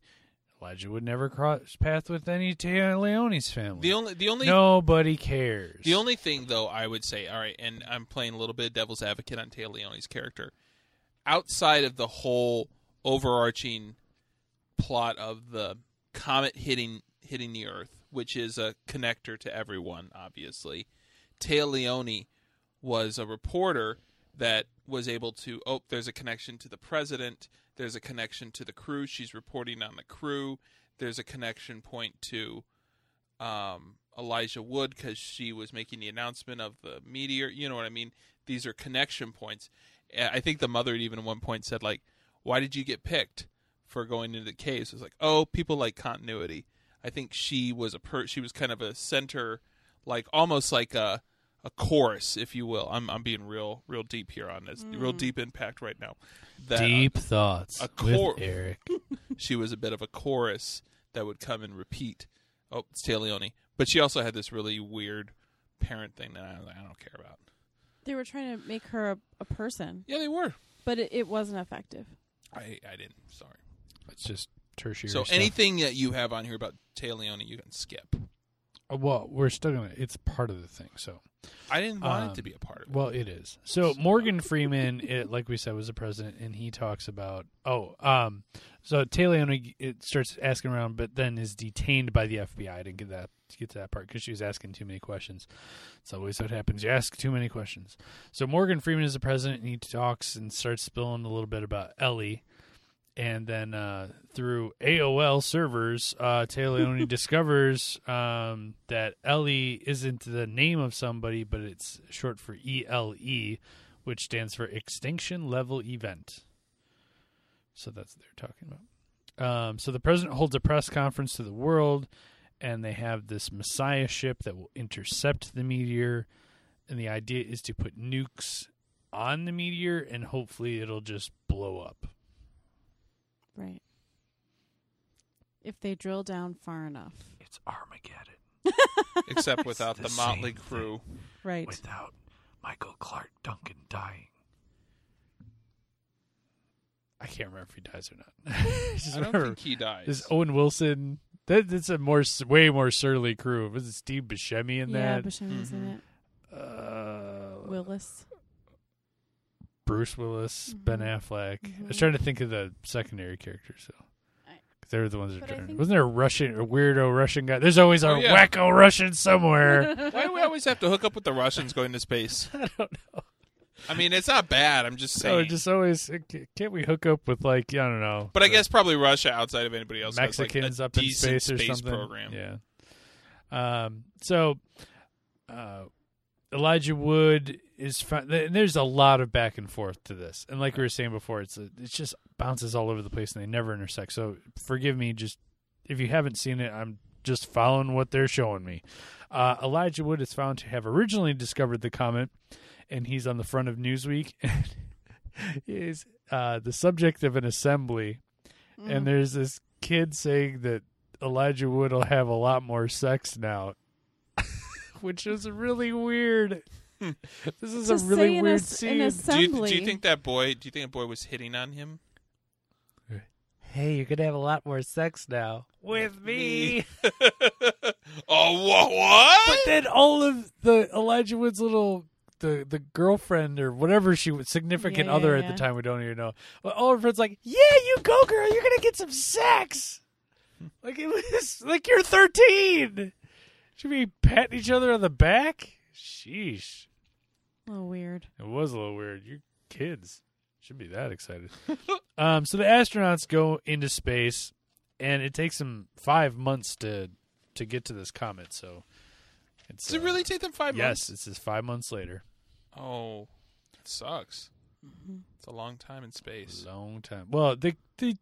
Speaker 2: Elijah Wood never crossed paths with any Taya Leone's family.
Speaker 3: The only the only
Speaker 2: Nobody cares.
Speaker 3: The only thing, though, I would say, all right, and I'm playing a little bit of devil's advocate on Taylor Leone's character. Outside of the whole overarching plot of the comet hitting hitting the Earth, which is a connector to everyone, obviously, Taylor Leone was a reporter that was able to oh, there's a connection to the president, there's a connection to the crew. She's reporting on the crew. There's a connection point to um, Elijah Wood because she was making the announcement of the meteor. You know what I mean? These are connection points. Uh, I think the mother at even at one point said like, "Why did you get picked for going into the caves?" It was like, "Oh, people like continuity." I think she was a per- she was kind of a center, like almost like a a chorus, if you will. I'm I'm being real real deep here on this, real deep impact right now. That, uh,
Speaker 2: deep thoughts
Speaker 3: a
Speaker 2: with
Speaker 3: core-
Speaker 2: Eric.
Speaker 3: she was a bit of a chorus that would come and repeat. Oh, it's Taleone. But she also had this really weird parent thing that I, I don't care about.
Speaker 1: They were trying to make her a, a person,
Speaker 3: Yeah, they were.
Speaker 1: but it, it wasn't effective.
Speaker 3: I, I didn't. Sorry.
Speaker 2: It's just tertiary.
Speaker 3: so
Speaker 2: stuff.
Speaker 3: anything that you have on here about Taleone, you can skip.
Speaker 2: Uh, Well, we're still gonna. It's part of the thing. So,
Speaker 3: I didn't want
Speaker 2: Um,
Speaker 3: it to be a part of it.
Speaker 2: well, it is. So Morgan Freeman, it, like we said, was the president, and he talks about oh, um, so Talion it starts asking around, but then is detained by the FBI. I didn't get that get to that part because she was asking too many questions. It's always what happens. You ask too many questions. So Morgan Freeman is the president, and he talks and starts spilling a little bit about Ellie. And then uh, through AOL servers, uh, Taleone discovers um, that Ellie isn't the name of somebody, but it's short for E ELE, which stands for Extinction Level Event. So that's what they're talking about. Um, so the president holds a press conference to the world, and they have this messiah ship that will intercept the meteor. And the idea is to put nukes on the meteor, and hopefully it'll just blow up.
Speaker 1: Right. If they drill down far enough.
Speaker 2: It's Armageddon
Speaker 3: except without
Speaker 2: the
Speaker 3: the, Motley
Speaker 2: same thing.
Speaker 3: Crew.
Speaker 1: Right.
Speaker 2: without Michael Clark Duncan dying. I can't remember if he dies or not. Just
Speaker 3: I don't
Speaker 2: remember
Speaker 3: think he dies.
Speaker 2: Is Owen Wilson? That, that's a more s- way more surly crew. Was it Steve Buscemi in
Speaker 1: yeah,
Speaker 2: that?
Speaker 1: Buscemi was
Speaker 2: Mm-hmm.
Speaker 1: in
Speaker 3: Mhm.
Speaker 1: it.
Speaker 2: uh,
Speaker 1: Willis.
Speaker 2: Bruce Willis, Ben
Speaker 1: Mhm.
Speaker 2: Affleck. I was
Speaker 1: Mhm.
Speaker 2: trying to think of the secondary characters. So.
Speaker 1: I-
Speaker 2: 'Cause They were the ones that
Speaker 1: But
Speaker 2: were
Speaker 1: I
Speaker 2: trying.
Speaker 1: think-
Speaker 2: Wasn't there a Russian, a weirdo Russian guy? There's always a
Speaker 3: Oh, yeah.
Speaker 2: wacko Russian somewhere.
Speaker 3: Why do we always have to hook up with the Russians going to space?
Speaker 2: I don't know.
Speaker 3: I mean, it's not bad. I'm just
Speaker 2: So
Speaker 3: saying.
Speaker 2: it just always c- can't we hook up with like I don't know.
Speaker 3: but I
Speaker 2: the
Speaker 3: guess probably Russia outside of anybody else. has, like, a
Speaker 2: Mexicans up in
Speaker 3: decent
Speaker 2: space or something.
Speaker 3: program.
Speaker 2: Yeah. Um. So, uh, Elijah Wood is. fi- th- There's a lot of back and forth to this, and like we were saying before, it's a, it's just bounces all over the place, and they never intersect. So forgive me, just if you haven't seen it, I'm just following what they're showing me. Uh, Elijah Wood is found to have originally discovered the comet, and he's on the front of Newsweek. is uh, the subject of an assembly
Speaker 1: Mm-hmm.
Speaker 2: and there's this kid saying that Elijah Wood will have a lot more sex now, which is really weird. this is a
Speaker 1: To
Speaker 2: really
Speaker 1: say in
Speaker 2: weird
Speaker 1: ass- in
Speaker 2: scene.
Speaker 1: ass-
Speaker 3: Do you, do
Speaker 1: Assembly.
Speaker 3: you think that boy? Do you think a boy was hitting on him?
Speaker 2: hey, you're gonna have a lot more sex now with me.
Speaker 3: oh, wha- what?
Speaker 2: But then all of the Elijah Wood's little the the girlfriend or whatever she was significant
Speaker 1: Yeah,
Speaker 2: other
Speaker 1: yeah,
Speaker 2: at the
Speaker 1: yeah.
Speaker 2: time we don't even know. But all her friends like, yeah, you go, girl. You're gonna get some sex. Like it was like you're 13. Should we pat each other on the back? Sheesh,
Speaker 1: a little weird.
Speaker 2: it was a little weird. You kids should be that excited. um, so the astronauts go into space, and it takes them five months to to get to this comet. So. It's,
Speaker 3: Does it
Speaker 2: uh,
Speaker 3: really take them five
Speaker 2: yes,
Speaker 3: months?
Speaker 2: it's just five months later.
Speaker 3: Oh, it sucks. It's a long time in space.
Speaker 2: Long time. Well, the the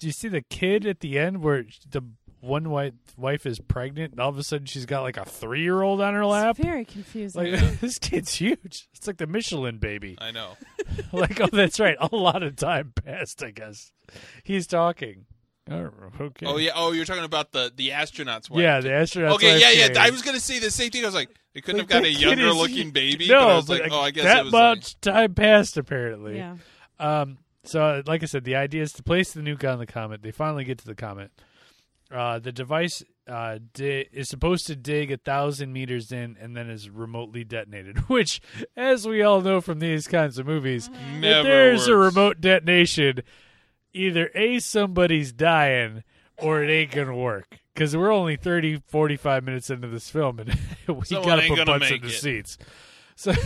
Speaker 2: do you see the kid at the end where the one wife wife is pregnant and all of a sudden she's got like a three year old on her lap?
Speaker 1: It's very confusing.
Speaker 2: Like this kid's huge. It's like the Michelin baby.
Speaker 3: I know.
Speaker 2: like oh, that's right. A lot of time passed. I guess he's talking. Oh, okay.
Speaker 3: Oh yeah. Oh, you're talking about the the astronauts. Wife.
Speaker 2: Yeah, the astronaut.
Speaker 3: okay. Yeah. Yeah. I was gonna say the same thing. I was like, they couldn't
Speaker 2: Like,
Speaker 3: have got
Speaker 2: that
Speaker 3: a
Speaker 2: kid
Speaker 3: younger
Speaker 2: is-
Speaker 3: looking baby.
Speaker 2: No,
Speaker 3: but I was
Speaker 2: but,
Speaker 3: like, oh, I guess
Speaker 2: that
Speaker 3: it was like-
Speaker 2: much time passed apparently.
Speaker 1: yeah.
Speaker 2: Um, so, like I said, the idea is to place the nuke on the comet. They finally get to the comet. Uh, the device uh, di- is supposed to dig a thousand meters in and then is remotely detonated. Which, as we all know from these kinds of movies, if
Speaker 3: Never
Speaker 2: there's a
Speaker 3: works.
Speaker 2: remote detonation, either a somebody's dying or it ain't gonna work. Because we're only 30, 45 minutes into this film, and we
Speaker 3: Someone
Speaker 2: gotta
Speaker 3: ain't
Speaker 2: put
Speaker 3: gonna
Speaker 2: butts in
Speaker 3: make
Speaker 2: the
Speaker 3: it.
Speaker 2: seats. So.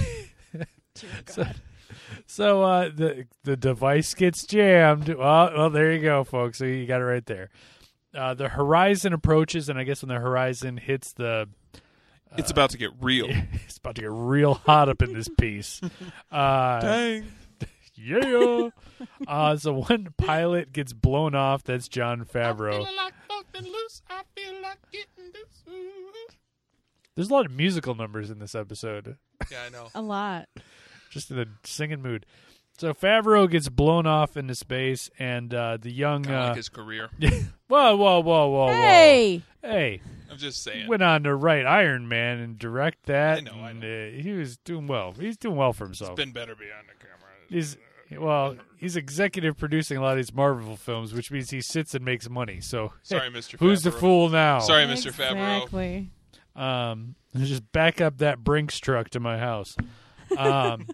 Speaker 2: So, so uh, the the device gets jammed. Well, well, there you go, folks. So you got it right there. Uh, the horizon approaches, and I guess when the horizon hits the,
Speaker 3: it's about to get real.
Speaker 2: it's about to get real hot up in this piece. Uh,
Speaker 3: Dang.
Speaker 2: yeah. Uh, so one pilot gets blown off. That's John Favreau. There's a lot of musical numbers in this episode.
Speaker 3: Yeah, I know.
Speaker 1: A lot.
Speaker 2: just in a singing mood. So Favreau gets blown off into space, and uh, the young.
Speaker 3: Kinda
Speaker 2: Uh,
Speaker 3: like his career.
Speaker 2: whoa, whoa, whoa, whoa,
Speaker 1: hey.
Speaker 2: whoa! Hey,
Speaker 3: I'm just saying.
Speaker 2: went on to write Iron Man and direct that.
Speaker 3: I know, I
Speaker 2: and, uh, he was doing well. He's doing well for himself.
Speaker 3: It's been better beyond the camera.
Speaker 2: he's well, he's executive producing a lot of these Marvel films, which means he sits and makes money. So
Speaker 3: Sorry, Mr.
Speaker 2: who's the
Speaker 3: Favreau.
Speaker 2: fool now?
Speaker 3: Sorry, Mr. Favreau.
Speaker 1: Exactly.
Speaker 2: Um, just back up that Brinks truck to my house. Um,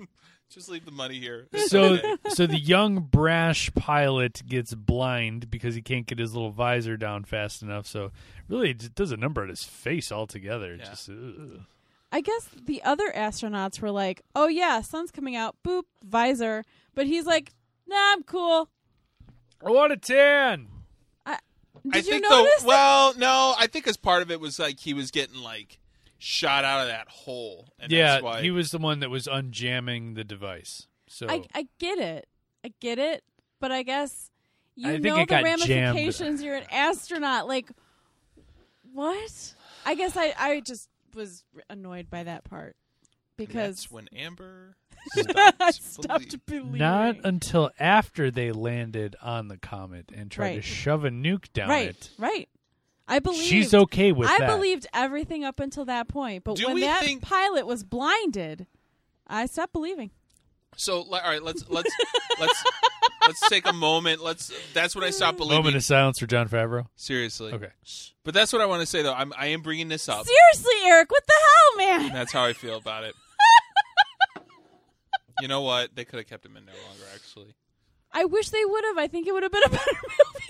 Speaker 3: Just leave the money here.
Speaker 2: so so the young brash pilot gets blind because he can't get his little visor down fast enough. So really, it just does a number on his face altogether.
Speaker 3: Yeah.
Speaker 2: Just ugh.
Speaker 1: I guess the other astronauts were like, "Oh yeah, sun's coming out. Boop, visor." But he's like, "Nah, I'm cool."
Speaker 2: I want Oh, a tan.
Speaker 1: Did
Speaker 3: I
Speaker 1: you
Speaker 3: think
Speaker 1: notice?
Speaker 3: the well, no, I think as part of it was like he was getting like shot out of that hole. And
Speaker 2: yeah,
Speaker 3: that's why,
Speaker 2: he was the one that was unjamming the device. So
Speaker 1: I I get it. I get it. But I guess you
Speaker 2: I think
Speaker 1: know
Speaker 2: it
Speaker 1: the
Speaker 2: got jammed.
Speaker 1: ramifications. You're an astronaut. Like what? I guess I I just was annoyed by that part
Speaker 3: And that's
Speaker 1: because
Speaker 3: when Amber
Speaker 1: I
Speaker 3: stopped,
Speaker 1: stopped believing.
Speaker 2: not until after they landed on the comet and tried to
Speaker 1: Right.
Speaker 2: shove a nuke down
Speaker 1: right,
Speaker 2: it.
Speaker 1: right. I believe
Speaker 2: She's okay with
Speaker 1: I
Speaker 2: that.
Speaker 1: believed everything up until that point, but
Speaker 3: Do
Speaker 1: when
Speaker 3: we
Speaker 1: that
Speaker 3: think-
Speaker 1: pilot was blinded, I stopped believing.
Speaker 3: So li- all right, let's let's let's let's take a moment. Let's that's when I stopped believing.
Speaker 2: Moment of silence for John Favreau.
Speaker 3: Seriously,
Speaker 2: Okay.
Speaker 3: But that's what I want to say though. I'm I am bringing this up.
Speaker 1: Seriously, Eric, what the hell, man?
Speaker 3: That's how I feel about it. you know what? They could have kept him in there longer. Actually,
Speaker 1: I wish they would have. I think it would have been a better movie.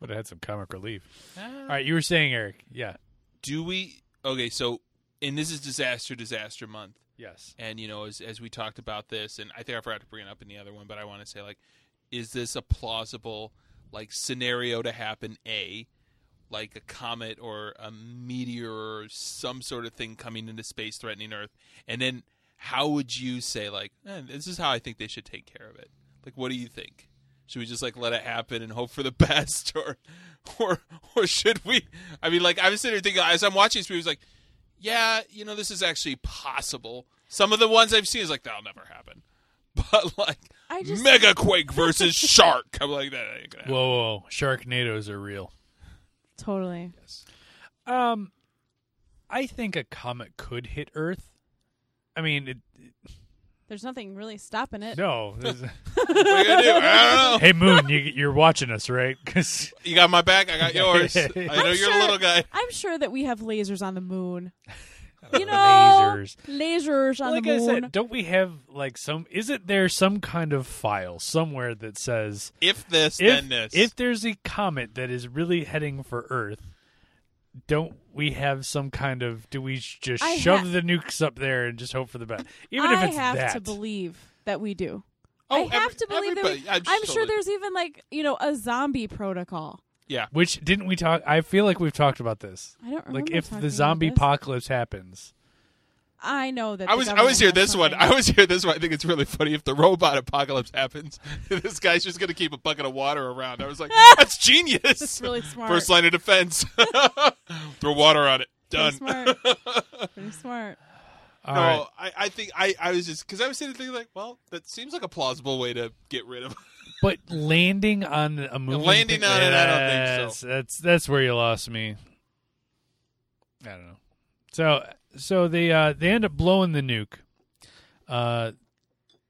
Speaker 2: Would have had some comic relief. All right, you were saying, Eric. Yeah.
Speaker 3: do we? Okay, so and this is disaster disaster month.
Speaker 2: Yes.
Speaker 3: and you know as as we talked about this and i think i forgot to bring it up in the other one but i want to say like is this a plausible like scenario to happen a like a comet or a meteor or some sort of thing coming into space threatening earth and then how would you say like eh, this is how i think they should take care of it like what do you think should we just like let it happen and hope for the best or or or should we i mean like i was sitting here thinking as i'm watching this movie I was like yeah, you know, this is actually possible. Some of the ones I've seen is like that'll never happen. But like
Speaker 1: I just
Speaker 3: mega quake versus shark, I'm like that ain't gonna happen.
Speaker 2: Whoa, whoa, whoa. Sharknadoes are real.
Speaker 1: totally.
Speaker 2: Um, I think a comet could hit Earth. I mean, it,
Speaker 1: There's nothing really stopping it.
Speaker 2: no. there's-
Speaker 3: what are you gonna do? I don't know.
Speaker 2: hey, Moon, you, you're watching us, right? 'Cause-
Speaker 3: You got my back, I got yours. I
Speaker 2: I'm
Speaker 3: know you're a little guy.
Speaker 1: I'm sure that we have lasers on the moon. You know,
Speaker 2: Lasers.
Speaker 1: lasers on
Speaker 2: like
Speaker 1: the
Speaker 2: I
Speaker 1: moon.
Speaker 2: said, don't we have like some? Isn't there some kind of file somewhere that says
Speaker 3: If this,
Speaker 2: if
Speaker 3: then this.
Speaker 2: if there's a comet that is really heading for Earth? Don't we have some kind of? Do we sh- just
Speaker 1: I
Speaker 2: shove
Speaker 1: ha-
Speaker 2: the nukes up there and just hope for the best? Even
Speaker 1: I
Speaker 2: if it's
Speaker 1: have
Speaker 2: that,
Speaker 1: to believe that we do.
Speaker 3: Oh,
Speaker 1: I have
Speaker 3: every-
Speaker 1: to believe that. We,
Speaker 3: everybody- I'm
Speaker 1: I'm,
Speaker 3: just
Speaker 1: sure
Speaker 3: totally-
Speaker 1: there's even like you know a zombie protocol.
Speaker 3: yeah.
Speaker 2: Which didn't we talk? I feel like we've talked about this.
Speaker 1: I don't remember
Speaker 2: Like if
Speaker 1: talking
Speaker 2: the
Speaker 1: about
Speaker 2: zombie
Speaker 1: this.
Speaker 2: apocalypse happens,
Speaker 1: I know that
Speaker 3: I
Speaker 1: the
Speaker 3: was I
Speaker 1: government
Speaker 3: was here
Speaker 1: has
Speaker 3: this one.
Speaker 1: something.
Speaker 3: I was here this one. I think it's really funny if the robot apocalypse happens. this guy's just gonna keep a bucket of water around. I was like, that's genius.
Speaker 1: That's really smart.
Speaker 3: First line of defense. Throw water on it.
Speaker 1: Pretty
Speaker 3: Done.
Speaker 1: smart. Pretty smart.
Speaker 2: all
Speaker 3: no,
Speaker 2: right.
Speaker 3: I, I think I, I was just because I was sitting there thinking like, well, that seems like a plausible way to get rid of.
Speaker 2: But landing on a moon,
Speaker 3: landing on it, I don't think so.
Speaker 2: That's that's where you lost me. I don't know. So so they uh, they end up blowing the nuke, uh,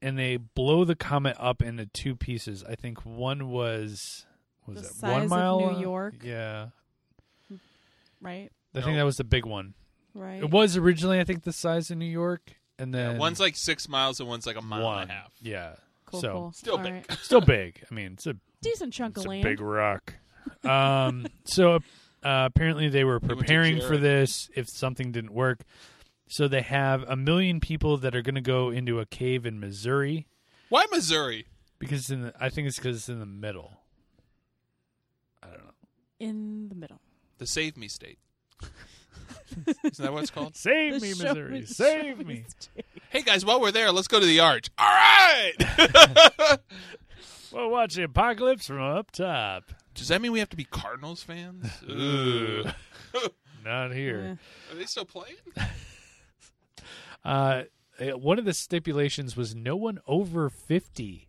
Speaker 2: and they blow the comet up into two pieces. I think one was what was
Speaker 1: The
Speaker 2: it
Speaker 1: size
Speaker 2: one
Speaker 1: of
Speaker 2: mile
Speaker 1: New
Speaker 2: long?
Speaker 1: York.
Speaker 2: Yeah,
Speaker 1: Right.
Speaker 2: I think
Speaker 3: No.
Speaker 2: that was the big one.
Speaker 1: Right.
Speaker 2: It was originally I think the size of New York, and then
Speaker 3: one's like six miles and one's like a mile
Speaker 2: one.
Speaker 3: and a half.
Speaker 2: Yeah,
Speaker 1: cool.
Speaker 2: so
Speaker 1: cool.
Speaker 3: Still
Speaker 1: All
Speaker 3: big.
Speaker 1: right.
Speaker 2: still big. I mean, it's a
Speaker 1: Decent chunk
Speaker 2: It's
Speaker 1: of
Speaker 2: a
Speaker 1: land.
Speaker 2: big rock. Um, so uh, apparently they were
Speaker 3: went to
Speaker 2: preparing for
Speaker 3: Jared.
Speaker 2: this if something didn't work. So they have a million people that are going to go into a cave in Missouri
Speaker 3: Why Missouri?
Speaker 2: because it's in the, I think it's because it's in the middle. I don't know.
Speaker 1: in the middle.
Speaker 3: The Save Me State. Isn't that what it's called?
Speaker 2: Save
Speaker 1: The
Speaker 2: me,
Speaker 1: show
Speaker 2: Missouri.
Speaker 1: is-
Speaker 2: Save me.
Speaker 3: Hey guys, while we're there, let's go to the arch. All right.
Speaker 2: We'll watch the apocalypse from up top.
Speaker 3: Does that mean we have to be Cardinals fans?
Speaker 2: Ooh.
Speaker 3: Ooh.
Speaker 2: Not here.
Speaker 1: Yeah.
Speaker 3: Are they still playing?
Speaker 2: Uh, uh, one of the stipulations was no one over 50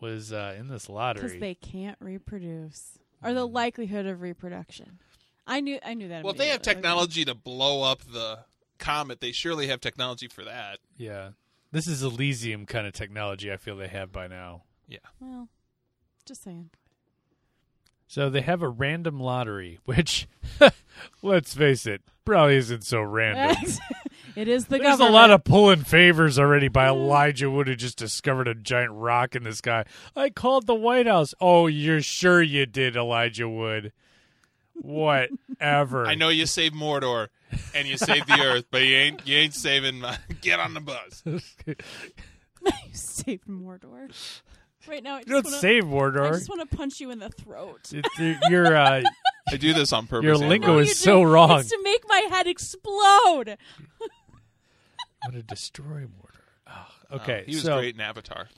Speaker 2: was uh, in this
Speaker 1: because
Speaker 2: lottery.
Speaker 1: they can't reproduce or the likelihood of reproduction. I knew I knew that.
Speaker 3: Well, if they have
Speaker 1: immediately.
Speaker 3: technology to blow up the comet, they surely have technology for that.
Speaker 2: Yeah. This is Elysium kind of technology I feel they have by now.
Speaker 1: Well, just saying.
Speaker 2: So they have a random lottery, which, let's face it, probably isn't so random.
Speaker 1: it is the
Speaker 2: There's
Speaker 1: government.
Speaker 2: a lot of pulling favors already by Elijah Wood, who just discovered a giant rock in the sky. I called the White House. Oh, you're sure you did, Elijah Wood. Whatever.
Speaker 3: I know you saved Mordor and you saved the Earth, but you ain't you ain't saving. My, get on the bus.
Speaker 1: you saved Mordor. Right now, I
Speaker 2: You don't
Speaker 1: just wanna-
Speaker 2: save
Speaker 1: I
Speaker 2: Mordor.
Speaker 1: just want to punch you in the throat.
Speaker 2: It's- you're- you're, uh,
Speaker 3: I do this on purpose.
Speaker 2: Your
Speaker 3: Amber.
Speaker 2: lingo is
Speaker 1: you
Speaker 2: so
Speaker 1: do.
Speaker 2: wrong.
Speaker 1: It's to make my head explode.
Speaker 2: I'm going to destroy Mordor. Oh, okay,
Speaker 3: Um, He was
Speaker 2: so
Speaker 3: great in Avatar.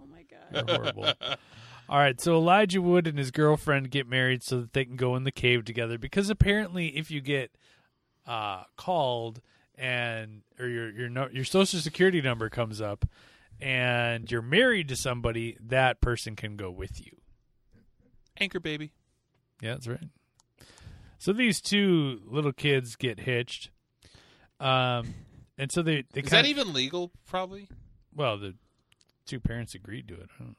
Speaker 1: Oh my god.
Speaker 2: They're horrible. All right, so Elijah Wood and his girlfriend get married so that they can go in the cave together because apparently, if you get uh, called and or your your no, your social security number comes up and you're married to somebody, that person can go with you.
Speaker 3: Anchor baby.
Speaker 2: Yeah, that's right. So these two little kids get hitched, um, and so they they
Speaker 3: Is
Speaker 2: kind
Speaker 3: that even legal? Probably.
Speaker 2: well the two parents agreed to it. I don't know.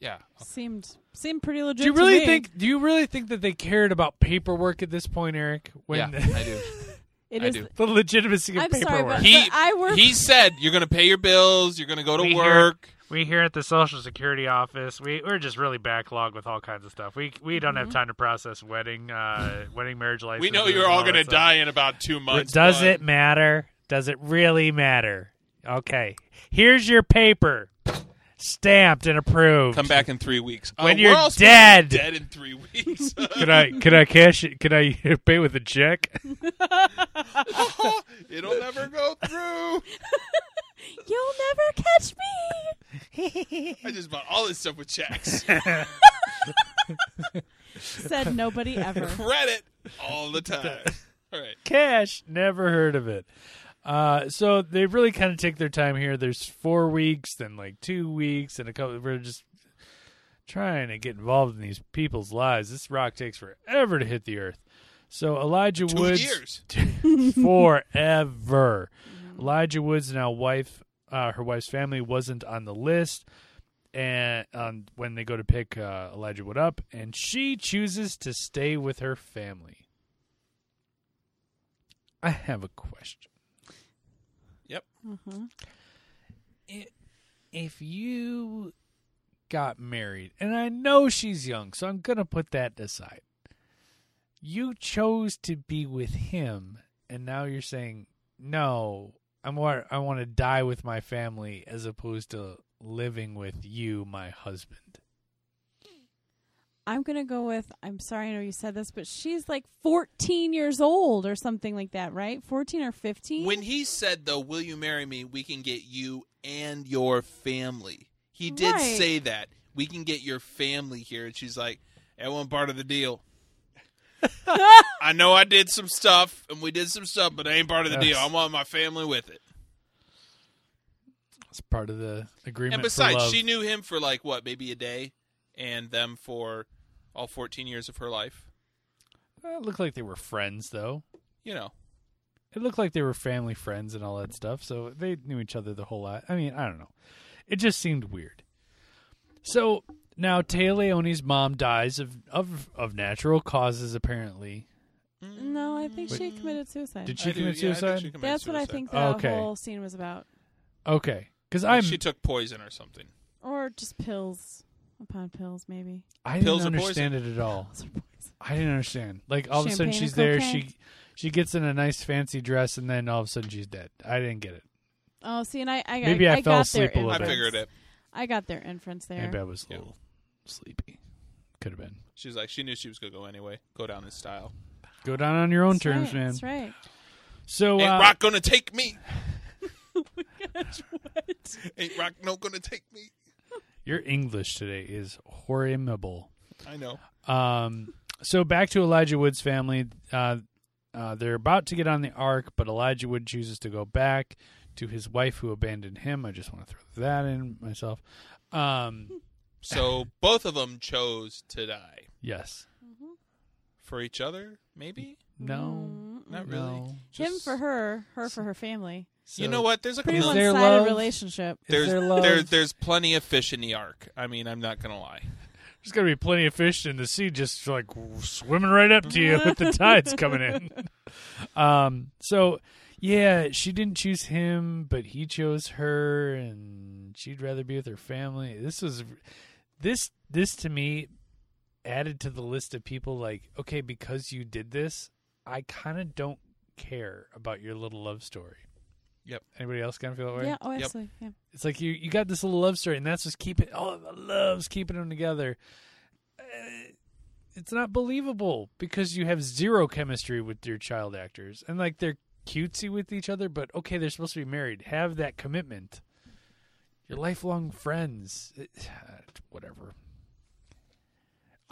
Speaker 3: Yeah.
Speaker 1: Seemed seemed pretty legit.
Speaker 2: Do you really
Speaker 1: to me.
Speaker 2: think? Do you really think that they cared about paperwork at this point, Eric? When
Speaker 3: yeah, I do.
Speaker 1: it
Speaker 3: I
Speaker 1: is?
Speaker 3: do.
Speaker 2: the legitimacy of
Speaker 1: I'm sorry,
Speaker 2: paperwork.
Speaker 1: but,
Speaker 3: He-
Speaker 1: but I work.
Speaker 3: He said you're going to pay your bills. You're going to go to
Speaker 2: We hear-
Speaker 3: work.
Speaker 2: we here at the Social Security office, we we're just really backlogged with all kinds of stuff. We we don't
Speaker 1: Mm-hmm.
Speaker 2: have time to process wedding, uh, wedding marriage license.
Speaker 3: We know you're all going to die in about two months.
Speaker 2: Does
Speaker 3: but-
Speaker 2: it matter? Does it really matter? Okay, here's your paper, stamped and approved.
Speaker 3: Come back in three weeks. Uh,
Speaker 2: When
Speaker 3: we're
Speaker 2: you're
Speaker 3: all supposed to be
Speaker 2: dead.
Speaker 3: dead in three weeks.
Speaker 2: Could I could I cash it? Could I pay with a check?
Speaker 3: It'll never go through.
Speaker 1: You'll never catch me.
Speaker 3: I just bought all this stuff with checks,
Speaker 1: Said nobody ever.
Speaker 3: credit all the time. All right.
Speaker 2: cash. Never heard of it. Uh, so they really kind of take their time here. There's four weeks, then like two weeks, and a couple. We're just trying to get involved in these people's lives. This rock takes forever to hit the earth. So Elijah
Speaker 3: Two
Speaker 2: Woods
Speaker 3: years.
Speaker 2: forever. Elijah Woods now wife, uh, her wife's family wasn't on the list, and um, when they go to pick uh, Elijah Wood up, and she chooses to stay with her family. I have a question.
Speaker 3: Yep.
Speaker 2: I- If you got married, and I know she's young, so I'm gonna put that aside. You chose to be with him, and now you're saying no. I'm wa- I want to die with my family as opposed to living with you, my husband.
Speaker 1: I'm gonna go with. I'm sorry, I know you said this, but she's like 14 years old or something like that, right? 14 or 15.
Speaker 3: When he said, though, will you marry me? We can get you and your family. He did
Speaker 1: Right.
Speaker 3: say that. We can get your family here. And she's like, that wasn't part of the deal. I know I did some stuff and we did some stuff, but it ain't part of the deal. I want my family with it.
Speaker 2: It's part of the agreement.
Speaker 3: And
Speaker 2: for
Speaker 3: besides,
Speaker 2: love.
Speaker 3: she knew him for like what, maybe a day, and them for all 14 years of her life.
Speaker 2: Uh, it looked like they were friends, though.
Speaker 3: You know,
Speaker 2: It looked like they were family friends and all that stuff. So they knew each other the whole lot. I mean, I don't know. It just seemed weird. So now Taya Leone's mom dies of of, of natural causes. Apparently,
Speaker 1: no, I think she committed suicide.
Speaker 2: Did she
Speaker 3: I do-
Speaker 2: commit
Speaker 3: yeah, I think
Speaker 2: suicide?
Speaker 3: she committed
Speaker 1: That's what I
Speaker 3: suicide.
Speaker 1: think that
Speaker 2: Oh, Okay.
Speaker 1: whole scene was about,
Speaker 2: okay, because I'm
Speaker 3: She took poison or something.
Speaker 1: or just pills upon pills, maybe.
Speaker 2: I didn't
Speaker 3: pills are poison.
Speaker 2: understand it at all. I didn't understand. Like all of a sudden
Speaker 1: Champagne
Speaker 2: she's
Speaker 1: and
Speaker 2: there.
Speaker 1: cocaine.
Speaker 2: She she gets in a nice fancy dress, and then all of a sudden she's dead. I didn't get it.
Speaker 1: Oh, see, and I, I
Speaker 2: Maybe I fell
Speaker 1: got
Speaker 2: asleep a
Speaker 1: their
Speaker 2: little
Speaker 3: I
Speaker 2: bit.
Speaker 1: inference.
Speaker 3: figured it.
Speaker 1: I got their inference there.
Speaker 2: Maybe I was a
Speaker 3: Yeah.
Speaker 2: little sleepy. Could have been.
Speaker 3: She's like, she knew she was gonna go anyway. Go down in style.
Speaker 2: Go down on your own
Speaker 1: That's
Speaker 2: terms,
Speaker 1: right,
Speaker 2: man.
Speaker 1: That's right.
Speaker 2: So
Speaker 3: Ain't
Speaker 2: uh,
Speaker 3: rock gonna take me.
Speaker 1: what?
Speaker 3: Ain't rock no gonna take me.
Speaker 2: your English today is horrible.
Speaker 3: I know.
Speaker 2: Um, so back to Elijah Wood's family. Uh, uh, they're about to get on the ark, but Elijah Wood chooses to go back to his wife who abandoned him. I just want to throw that in myself. Um,
Speaker 3: So both of them chose to die
Speaker 2: yes.
Speaker 3: for each other. Maybe
Speaker 2: No.
Speaker 3: not really.
Speaker 2: No.
Speaker 1: Him
Speaker 3: Just-
Speaker 1: for her, her for her family.
Speaker 3: You know what? There's like a
Speaker 1: Pretty
Speaker 2: Is
Speaker 1: one
Speaker 3: million.
Speaker 2: there
Speaker 1: sided
Speaker 2: love?
Speaker 1: relationship.
Speaker 2: Is
Speaker 3: There's
Speaker 2: there love?
Speaker 3: there- there's plenty of fish in the ark. I mean, I'm not gonna lie.
Speaker 2: There's gonna be plenty of fish in the sea, just like swimming right up to you with the tides coming in. Um, so yeah, she didn't choose him, but he chose her, and she'd rather be with her family. This was this this to me added to the list of people like okay because you did this i kind of don't care about your little love story
Speaker 3: Yep.
Speaker 2: anybody else kind of feel that way
Speaker 1: Yeah. Oh,
Speaker 3: Yep.
Speaker 1: absolutely. Yeah.
Speaker 2: it's like you you got this little love story and that's what's keeping oh the love's keeping them together Uh, it's not believable because you have zero chemistry with your child actors and like they're cutesy with each other but okay they're supposed to be married have that commitment your lifelong friends It- whatever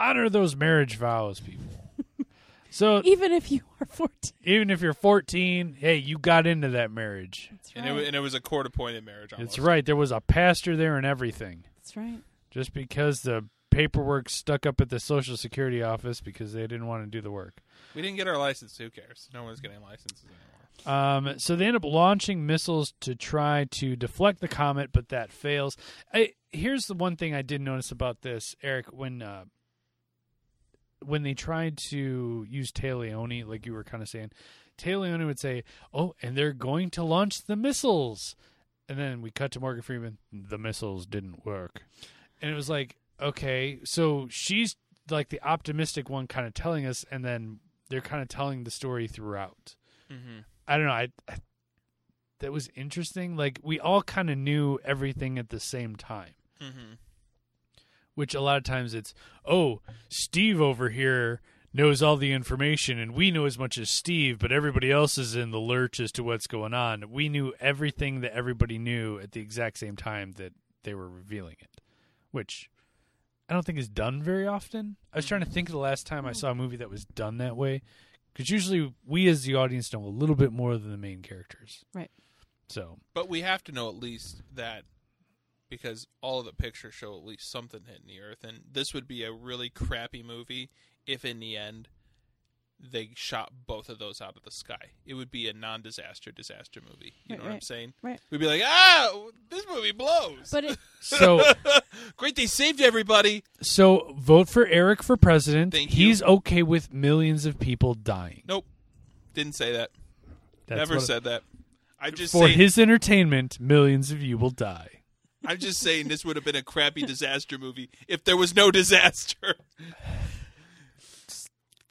Speaker 2: honor those marriage vows people so
Speaker 1: Even if you are fourteen.
Speaker 2: even if you're 14 hey you got into that marriage
Speaker 1: That's
Speaker 3: And it, wa-
Speaker 1: right.
Speaker 3: and it was a court appointed marriage. Almost.
Speaker 2: it's right there was a pastor there and everything
Speaker 1: That's right.
Speaker 2: just because the paperwork stuck up at the social security office because they didn't want to do the work.
Speaker 3: We didn't get our license. Who cares? No one's getting licenses anymore.
Speaker 2: Um, so they end up launching missiles to try to deflect the comet, but that fails. I, here's the one thing I did notice about this, Eric, when uh, when they tried to use Taleone, like you were kind of saying, Taleone would say, "Oh, and they're going to launch the missiles," and then we cut to Morgan Freeman. The missiles didn't work, and it was like, okay, so she's like the optimistic one, kind of telling us, and then they're kind of telling the story throughout.
Speaker 3: Mm-hmm.
Speaker 2: I don't know. I, I that was interesting. Like we all kind of knew everything at the same time,
Speaker 3: Mm-hmm.
Speaker 2: which a lot of times it's oh Steve over here knows all the information and we know as much as Steve, but everybody else is in the lurch as to what's going on. We knew everything that everybody knew at the exact same time that they were revealing it, which I don't think is done very often. I was trying to think of the last time I saw a movie that was done that way. Because usually we as the audience know a little bit more than the main characters.
Speaker 1: Right.
Speaker 2: So
Speaker 3: But we have to know at least that because all of the pictures show at least something hitting the earth. And this would be a really crappy movie if in the end they shot both of those out of the sky. It would be a non disaster disaster movie. You
Speaker 1: Right,
Speaker 3: know what I'm
Speaker 1: right,
Speaker 3: saying?
Speaker 1: right.
Speaker 3: We'd be like, ah, this movie blows.
Speaker 1: But it,
Speaker 2: so
Speaker 3: Great, they saved everybody.
Speaker 2: so vote for Eric for president.
Speaker 3: Thank you.
Speaker 2: He's okay with millions of people dying.
Speaker 3: Nope. Didn't say that.
Speaker 2: That's
Speaker 3: Never
Speaker 2: what-
Speaker 3: said that. I'm just
Speaker 2: for
Speaker 3: saying,
Speaker 2: his entertainment, millions of you will die.
Speaker 3: I'm just saying this would have been a crappy disaster movie if there was no disaster.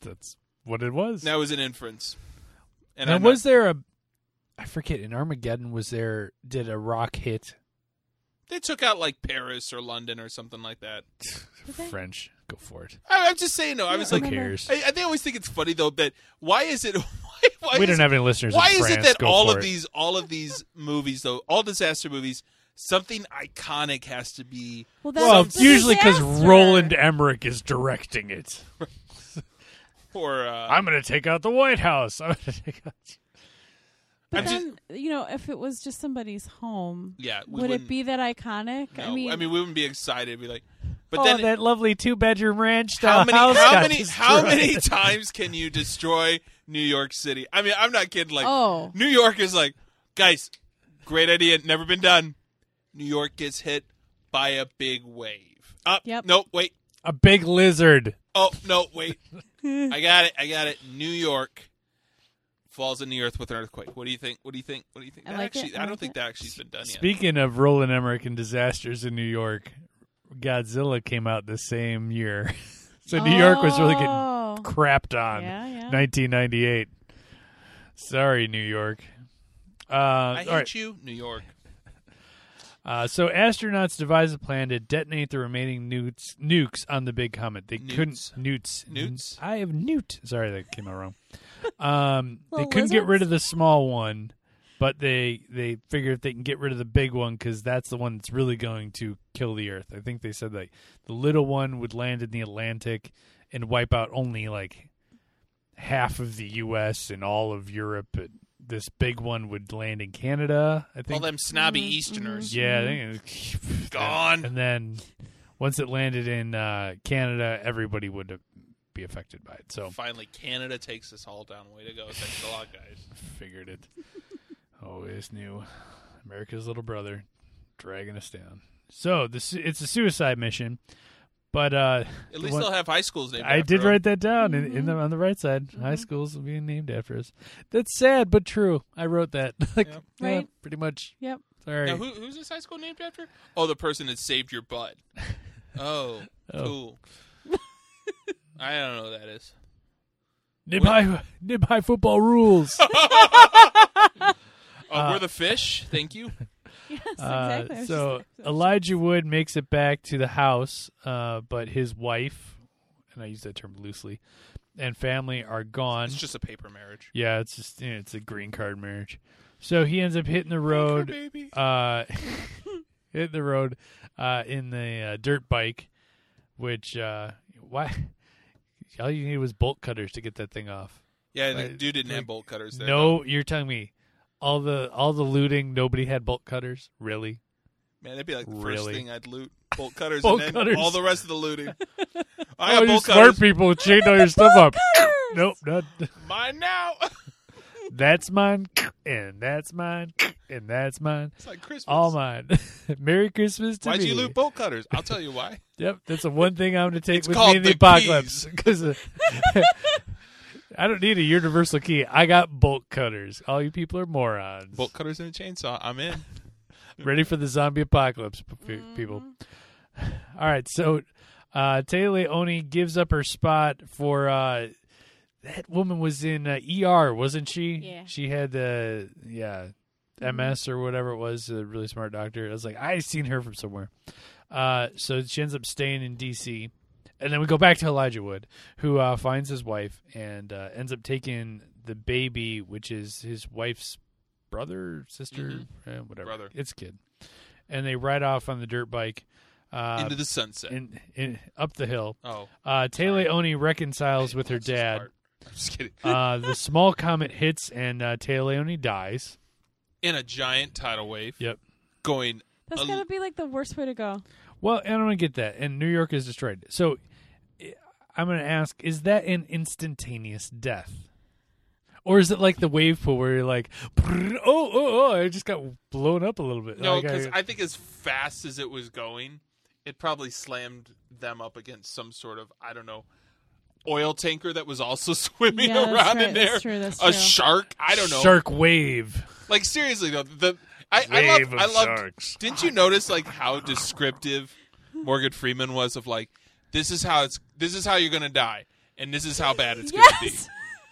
Speaker 2: That's what it was.
Speaker 3: That was an inference. And
Speaker 2: now
Speaker 3: I'm
Speaker 2: was there a I forget in Armageddon was there did a rock hit
Speaker 3: They took out like Paris or London or something like that.
Speaker 1: they?
Speaker 2: French? Go for it.
Speaker 3: I, I'm just saying though. I was
Speaker 2: Who
Speaker 3: like,
Speaker 1: remember-
Speaker 2: cares?
Speaker 3: I, I they always think it's funny though that why is it? Why, why
Speaker 2: we
Speaker 3: is
Speaker 2: don't have any listeners.
Speaker 3: Why
Speaker 2: in
Speaker 3: is it
Speaker 2: France.
Speaker 3: that
Speaker 2: Go
Speaker 3: all
Speaker 2: for
Speaker 3: of
Speaker 2: it.
Speaker 3: these all of these movies though, all disaster movies, something iconic has to be
Speaker 1: well, that's
Speaker 2: Well,
Speaker 1: it's a
Speaker 2: usually because
Speaker 1: disaster.
Speaker 2: Roland Emmerich is directing it.
Speaker 3: or uh,
Speaker 2: I'm going to take out the White House. I'm going to take out.
Speaker 1: But
Speaker 3: I'm
Speaker 1: then, you know, if it was just somebody's home,
Speaker 3: Yeah, we
Speaker 1: would
Speaker 3: wouldn't-
Speaker 1: it be that iconic?
Speaker 3: no,
Speaker 1: I mean,
Speaker 3: we wouldn't be excited. We'd be like, but
Speaker 2: oh,
Speaker 3: then
Speaker 2: that lovely two bedroom ranch.
Speaker 3: how many
Speaker 2: house
Speaker 3: how
Speaker 2: got
Speaker 3: many how
Speaker 2: destroyed.
Speaker 3: many times can you destroy New York City? I mean, I'm not kidding. Like
Speaker 1: oh,
Speaker 3: New York is like, guys, great idea, never been done. New York gets hit by a big wave. Up.
Speaker 1: Yep.
Speaker 3: No, wait.
Speaker 2: A big lizard.
Speaker 3: Oh no, wait. I got it. I got it. New York falls in the earth with an earthquake. What do you think? What do you think? What do you think?
Speaker 1: I
Speaker 3: That
Speaker 1: like it.
Speaker 3: actually,
Speaker 1: I
Speaker 3: I, don't
Speaker 1: like
Speaker 3: think
Speaker 1: it.
Speaker 3: that actually's been done yet.
Speaker 2: Speaking of Roland Emmerich and disasters in New York, Godzilla came out the same year, so New York was really getting
Speaker 1: Oh.
Speaker 2: crapped on.
Speaker 1: Yeah, yeah.
Speaker 2: 1998. Sorry, New York. Uh,
Speaker 3: I
Speaker 2: all
Speaker 3: hate
Speaker 2: right.
Speaker 3: you, New York.
Speaker 2: Uh, so astronauts devised a plan to detonate the remaining newts, nukes on the big comet. They couldn't
Speaker 3: Newts.
Speaker 2: newts.
Speaker 3: Newts?
Speaker 2: I have newt. Sorry, that came out wrong. Um, they
Speaker 1: Little
Speaker 2: couldn't get
Speaker 1: lizards?
Speaker 2: rid of the small one, but they they figure if they can get rid of the big one because that's the one that's really going to kill the Earth. I think they said like the little one would land in the Atlantic and wipe out only like half of the U.S. and all of Europe. But this big one would land in Canada. I think
Speaker 3: All them snobby
Speaker 1: Mhm,
Speaker 3: Easterners.
Speaker 2: yeah, I
Speaker 1: Mm-hmm.
Speaker 2: think it was-
Speaker 3: Gone.
Speaker 2: And then once it landed in uh, Canada, everybody would be affected by it. So
Speaker 3: Finally, Canada takes us all down. Way to go! Thanks a lot, guys.
Speaker 2: figured it. Always knew America's little brother dragging us down. So this it's a suicide mission, But uh,
Speaker 3: At least
Speaker 2: one-
Speaker 3: they'll have high schools named.
Speaker 2: I
Speaker 3: after
Speaker 2: did
Speaker 3: them.
Speaker 2: write that down in, in the,
Speaker 1: Mm-hmm.
Speaker 2: on the right side. High schools are being named after us. That's sad but true. I wrote that. like,
Speaker 3: Yep.
Speaker 2: yeah,
Speaker 1: Right.
Speaker 2: pretty much.
Speaker 1: Yep.
Speaker 2: Sorry.
Speaker 3: Now, who, who's this high school named after? Oh, the person that saved your butt. Oh,
Speaker 2: Oh.
Speaker 3: cool. I don't know who that is.
Speaker 2: Nib high, nib high football rules.
Speaker 3: Oh, we're the fish. Thank you.
Speaker 1: Yes,
Speaker 2: Uh,
Speaker 1: exactly. I was
Speaker 2: so
Speaker 1: just-
Speaker 2: Elijah Wood makes it back to the house, uh, but his wife, and I use that term loosely, and family are gone.
Speaker 3: It's just a paper marriage.
Speaker 2: yeah, it's just you know, it's a green card marriage. So he ends up hitting the road,
Speaker 3: baby.
Speaker 2: uh, hitting the road uh, in the uh, dirt bike, which uh, why all you need was bolt cutters to get that thing off.
Speaker 3: Yeah, the
Speaker 2: Right.
Speaker 3: dude didn't
Speaker 2: Like,
Speaker 3: have bolt cutters there.
Speaker 2: No, you're telling me all the all the looting, nobody had bolt cutters, really?
Speaker 3: Man, that'd be like the first
Speaker 2: Really?
Speaker 3: thing I'd loot. Bolt cutters
Speaker 2: Bolt
Speaker 3: and then
Speaker 2: cutters.
Speaker 3: all the rest of the looting.
Speaker 2: All
Speaker 3: I got
Speaker 2: you
Speaker 3: bolt
Speaker 2: smart
Speaker 3: cutters.
Speaker 2: people would chain all your stuff up. Nope, not,
Speaker 3: Mine now.
Speaker 2: that's mine, and that's mine, and that's mine.
Speaker 3: it's like Christmas.
Speaker 2: All mine. Merry Christmas to
Speaker 3: Why'd
Speaker 2: me.
Speaker 3: you loot bolt cutters? I'll tell you why.
Speaker 2: Yep, that's the one thing I'm going to take
Speaker 3: It's
Speaker 2: with me
Speaker 3: called
Speaker 2: in the,
Speaker 3: the
Speaker 2: apocalypse. Because I don't need a universal key. I got bolt cutters. All you people are morons.
Speaker 3: Bolt cutters and a chainsaw. I'm in.
Speaker 2: Ready for the zombie apocalypse, p- p- people.
Speaker 1: Mm-hmm.
Speaker 2: All right, so uh, Taylor Oni gives up her spot for uh, that woman was in uh, ER, wasn't she?
Speaker 1: Yeah.
Speaker 2: She had the yeah MS or whatever it was, a really smart doctor. I was like, I seen her from somewhere. Uh, so she ends up staying in DC, and then we go back to Elijah Wood, who uh, finds his wife and uh, ends up taking the baby, which is his wife's brother, sister, eh, whatever.
Speaker 3: Brother.
Speaker 2: It's a kid, and they ride off on the dirt bike. Uh,
Speaker 3: Into the sunset.
Speaker 2: in, in up the hill.
Speaker 3: oh.
Speaker 2: Uh, Taylor Oni reconciles with her
Speaker 3: That's just
Speaker 2: dad.
Speaker 3: hard. I'm just kidding.
Speaker 2: Uh, the small comet hits and uh, Taylor Oni dies.
Speaker 3: in a giant tidal wave.
Speaker 2: Yep.
Speaker 3: Going.
Speaker 1: That's
Speaker 3: a-
Speaker 1: gotta be like the worst way to go.
Speaker 2: Well, I don't get that. And New York is destroyed. So I- I'm going to ask: Is that an instantaneous death? Or is it like the wave pool where you're like, "Brrr, oh, oh, oh, I just got blown up a little bit.
Speaker 3: No,
Speaker 2: Like, I-
Speaker 3: because I think as fast as it was going, it probably slammed them up against some sort of I don't know oil tanker that was also swimming
Speaker 1: Yeah, that's
Speaker 3: around
Speaker 1: right,
Speaker 3: in there.
Speaker 1: that's true, that's
Speaker 3: a
Speaker 1: true.
Speaker 3: shark. I don't know.
Speaker 2: Shark wave.
Speaker 3: Like seriously though, the I, I
Speaker 2: Wave
Speaker 3: love I
Speaker 2: of
Speaker 3: loved.
Speaker 2: sharks.
Speaker 3: Didn't you notice like how descriptive Morgan Freeman was of like this is how it's this is how you're gonna die and this is how bad it's gonna
Speaker 1: Yes.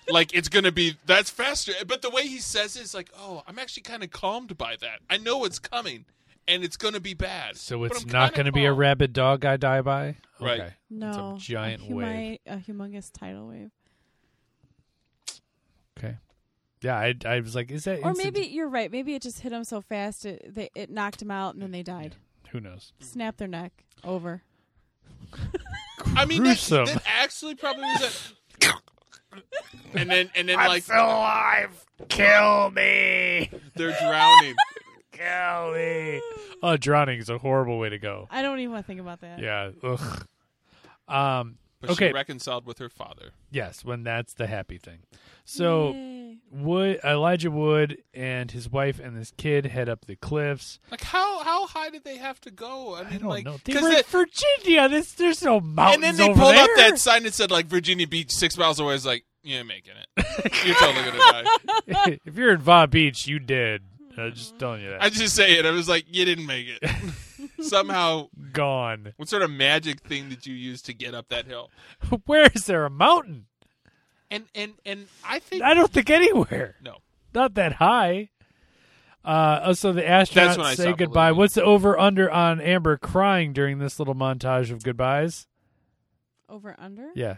Speaker 3: be. Like it's gonna be that's faster. But the way he says it is like, oh, I'm actually kind of calmed by that. I know it's coming, and it's gonna be bad.
Speaker 2: So
Speaker 3: but
Speaker 2: it's
Speaker 3: I'm
Speaker 2: not
Speaker 3: kinda
Speaker 2: going to be a
Speaker 3: calm.
Speaker 2: rabid dog I die by?
Speaker 3: Right.
Speaker 2: Okay.
Speaker 1: No.
Speaker 2: It's a giant
Speaker 1: a humi-
Speaker 2: wave.
Speaker 1: A humongous tidal wave.
Speaker 2: Okay. Yeah, I, I was like, is that
Speaker 1: Or
Speaker 2: instant-
Speaker 1: maybe you're right. Maybe it just hit them so fast it they, it knocked them out and then they died.
Speaker 2: who knows?
Speaker 1: Snap their neck. Over.
Speaker 3: I mean, that,
Speaker 2: Gruesome.
Speaker 3: that actually probably was. A, and then and then like
Speaker 2: alive. Kill me.
Speaker 3: they're drowning.
Speaker 2: Kill me. Oh, drowning is a horrible way to go.
Speaker 1: I don't even want to think about that.
Speaker 2: Yeah. Ugh. Um.
Speaker 3: But
Speaker 2: Okay.
Speaker 3: she reconciled with her father.
Speaker 2: Yes, when that's the happy thing. So
Speaker 1: Yay.
Speaker 2: Wood, Elijah Wood, and his wife and this kid head up the cliffs.
Speaker 3: Like how how high did they have to go? I mean,
Speaker 2: I don't
Speaker 3: like
Speaker 2: know. They
Speaker 3: 'cause
Speaker 2: were in
Speaker 3: that-
Speaker 2: Virginia. This, there's no
Speaker 3: and
Speaker 2: mountains
Speaker 3: then they
Speaker 2: over
Speaker 3: pulled up
Speaker 2: there.
Speaker 3: that sign that said like Virginia Beach six miles away. It's like you ain't making it. You're totally gonna die.
Speaker 2: if you're in Va Beach, you did. I'm just telling you that.
Speaker 3: I just say it. I was like, you didn't make it. Somehow,
Speaker 2: Gone.
Speaker 3: what sort of magic thing did you use to get up that hill?
Speaker 2: Where is there a mountain?
Speaker 3: And and and I think
Speaker 2: I don't think anywhere.
Speaker 3: no.
Speaker 2: Not that high. Uh, oh, so the astronauts
Speaker 3: That's when I
Speaker 2: say
Speaker 3: stopped
Speaker 2: goodbye.
Speaker 3: believing.
Speaker 2: What's the over under on Amber crying during this little montage of goodbyes?
Speaker 1: Over under?
Speaker 2: Yeah.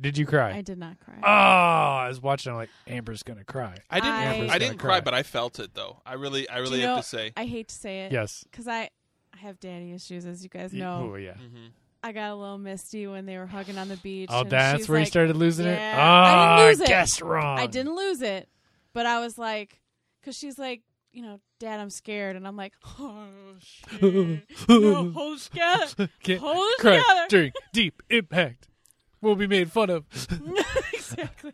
Speaker 2: Did you
Speaker 1: I
Speaker 2: cry?
Speaker 1: did not cry.
Speaker 2: oh, I was watching. I'm like, Amber's gonna cry.
Speaker 3: I didn't.
Speaker 1: I- Amber's
Speaker 3: I, didn't
Speaker 2: gonna
Speaker 3: cry,
Speaker 2: cry.
Speaker 3: but I felt it though. I really, I
Speaker 1: Do
Speaker 3: really
Speaker 1: you
Speaker 3: have
Speaker 1: know-
Speaker 3: to say.
Speaker 1: I hate to say it.
Speaker 2: Yes.
Speaker 1: Because I, I have daddy issues, as you guys
Speaker 2: Y-
Speaker 1: know.
Speaker 2: Oh yeah.
Speaker 3: Mhm.
Speaker 1: I got a little misty when they were hugging on the beach.
Speaker 2: Oh,
Speaker 1: and
Speaker 2: that's
Speaker 1: she's
Speaker 2: where you
Speaker 1: like,
Speaker 2: started losing it.
Speaker 1: yeah.
Speaker 2: Oh,
Speaker 1: I didn't lose it.
Speaker 2: guessed wrong.
Speaker 1: I didn't lose it, but I was like, because she's like, you know, Dad, I'm scared, and I'm like, oh shit, no, hold together,
Speaker 2: Can't
Speaker 1: hold
Speaker 2: cry
Speaker 1: together,
Speaker 2: during deep impact. Will be made fun of.
Speaker 1: exactly.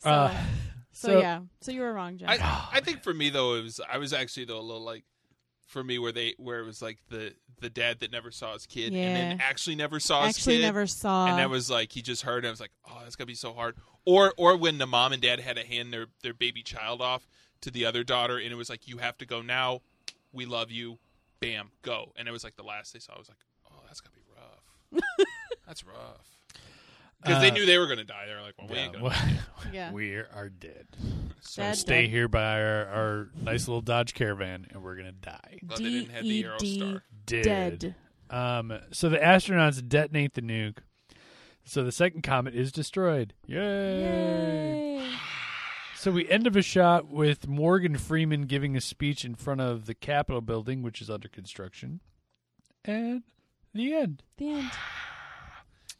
Speaker 1: So,
Speaker 2: Uh,
Speaker 1: so,
Speaker 2: so-
Speaker 1: yeah, so you were wrong, Jeff.
Speaker 3: I, I think for me though, it was I was actually though a little like, for me where they where it was like the the dad that never saw his kid and then
Speaker 1: Yeah.
Speaker 3: actually never saw his
Speaker 1: Actually,
Speaker 3: kid
Speaker 1: never saw.
Speaker 2: Uh-huh.
Speaker 3: and that was like he just heard it. I was like, oh, that's gonna be so hard. Or or when the mom and dad had to hand their their baby child off to the other daughter, and it was like, you have to go now. We love you. Bam, go. And it was like the last they saw. I was like, oh, that's gonna be rough. that's rough. Because they
Speaker 2: Uh,
Speaker 3: knew they were gonna die. They were like, well, we ain't
Speaker 2: Yeah,
Speaker 3: gonna.
Speaker 1: yeah.
Speaker 2: we are dead. So
Speaker 1: Dead,
Speaker 2: stay
Speaker 1: dead.
Speaker 2: here by our, our nice little Dodge Caravan, and we're gonna die.
Speaker 3: Glad they didn't have the arrow
Speaker 2: E
Speaker 1: D.E.D..
Speaker 3: star.
Speaker 2: Dead.
Speaker 1: Dead.
Speaker 2: Um, so the astronauts detonate the nuke. So the second comet is destroyed. Yay!
Speaker 1: Yay.
Speaker 2: So we end of a shot with Morgan Freeman giving a speech in front of the Capitol building, which is under construction. And the end.
Speaker 1: The end.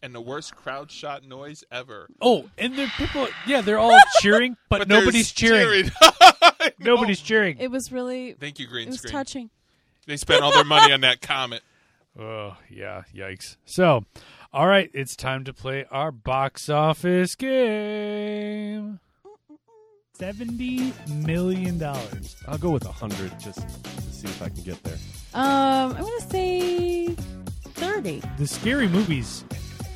Speaker 3: And the worst crowd shot noise ever.
Speaker 2: Oh, and the people, yeah, they're all cheering, but,
Speaker 3: But
Speaker 2: nobody's
Speaker 3: there's
Speaker 2: cheering.
Speaker 3: I know.
Speaker 2: Nobody's cheering.
Speaker 1: It was really.
Speaker 3: Thank you, green
Speaker 1: It was
Speaker 3: screen.
Speaker 1: touching.
Speaker 3: They spent all their money on that comet.
Speaker 2: Oh, yeah, yikes. So, all right, it's time to play our box office game. $70 million.
Speaker 4: I'll go with a hundred just to see if I can get there.
Speaker 1: Um, I want to say thirty.
Speaker 2: The scary movies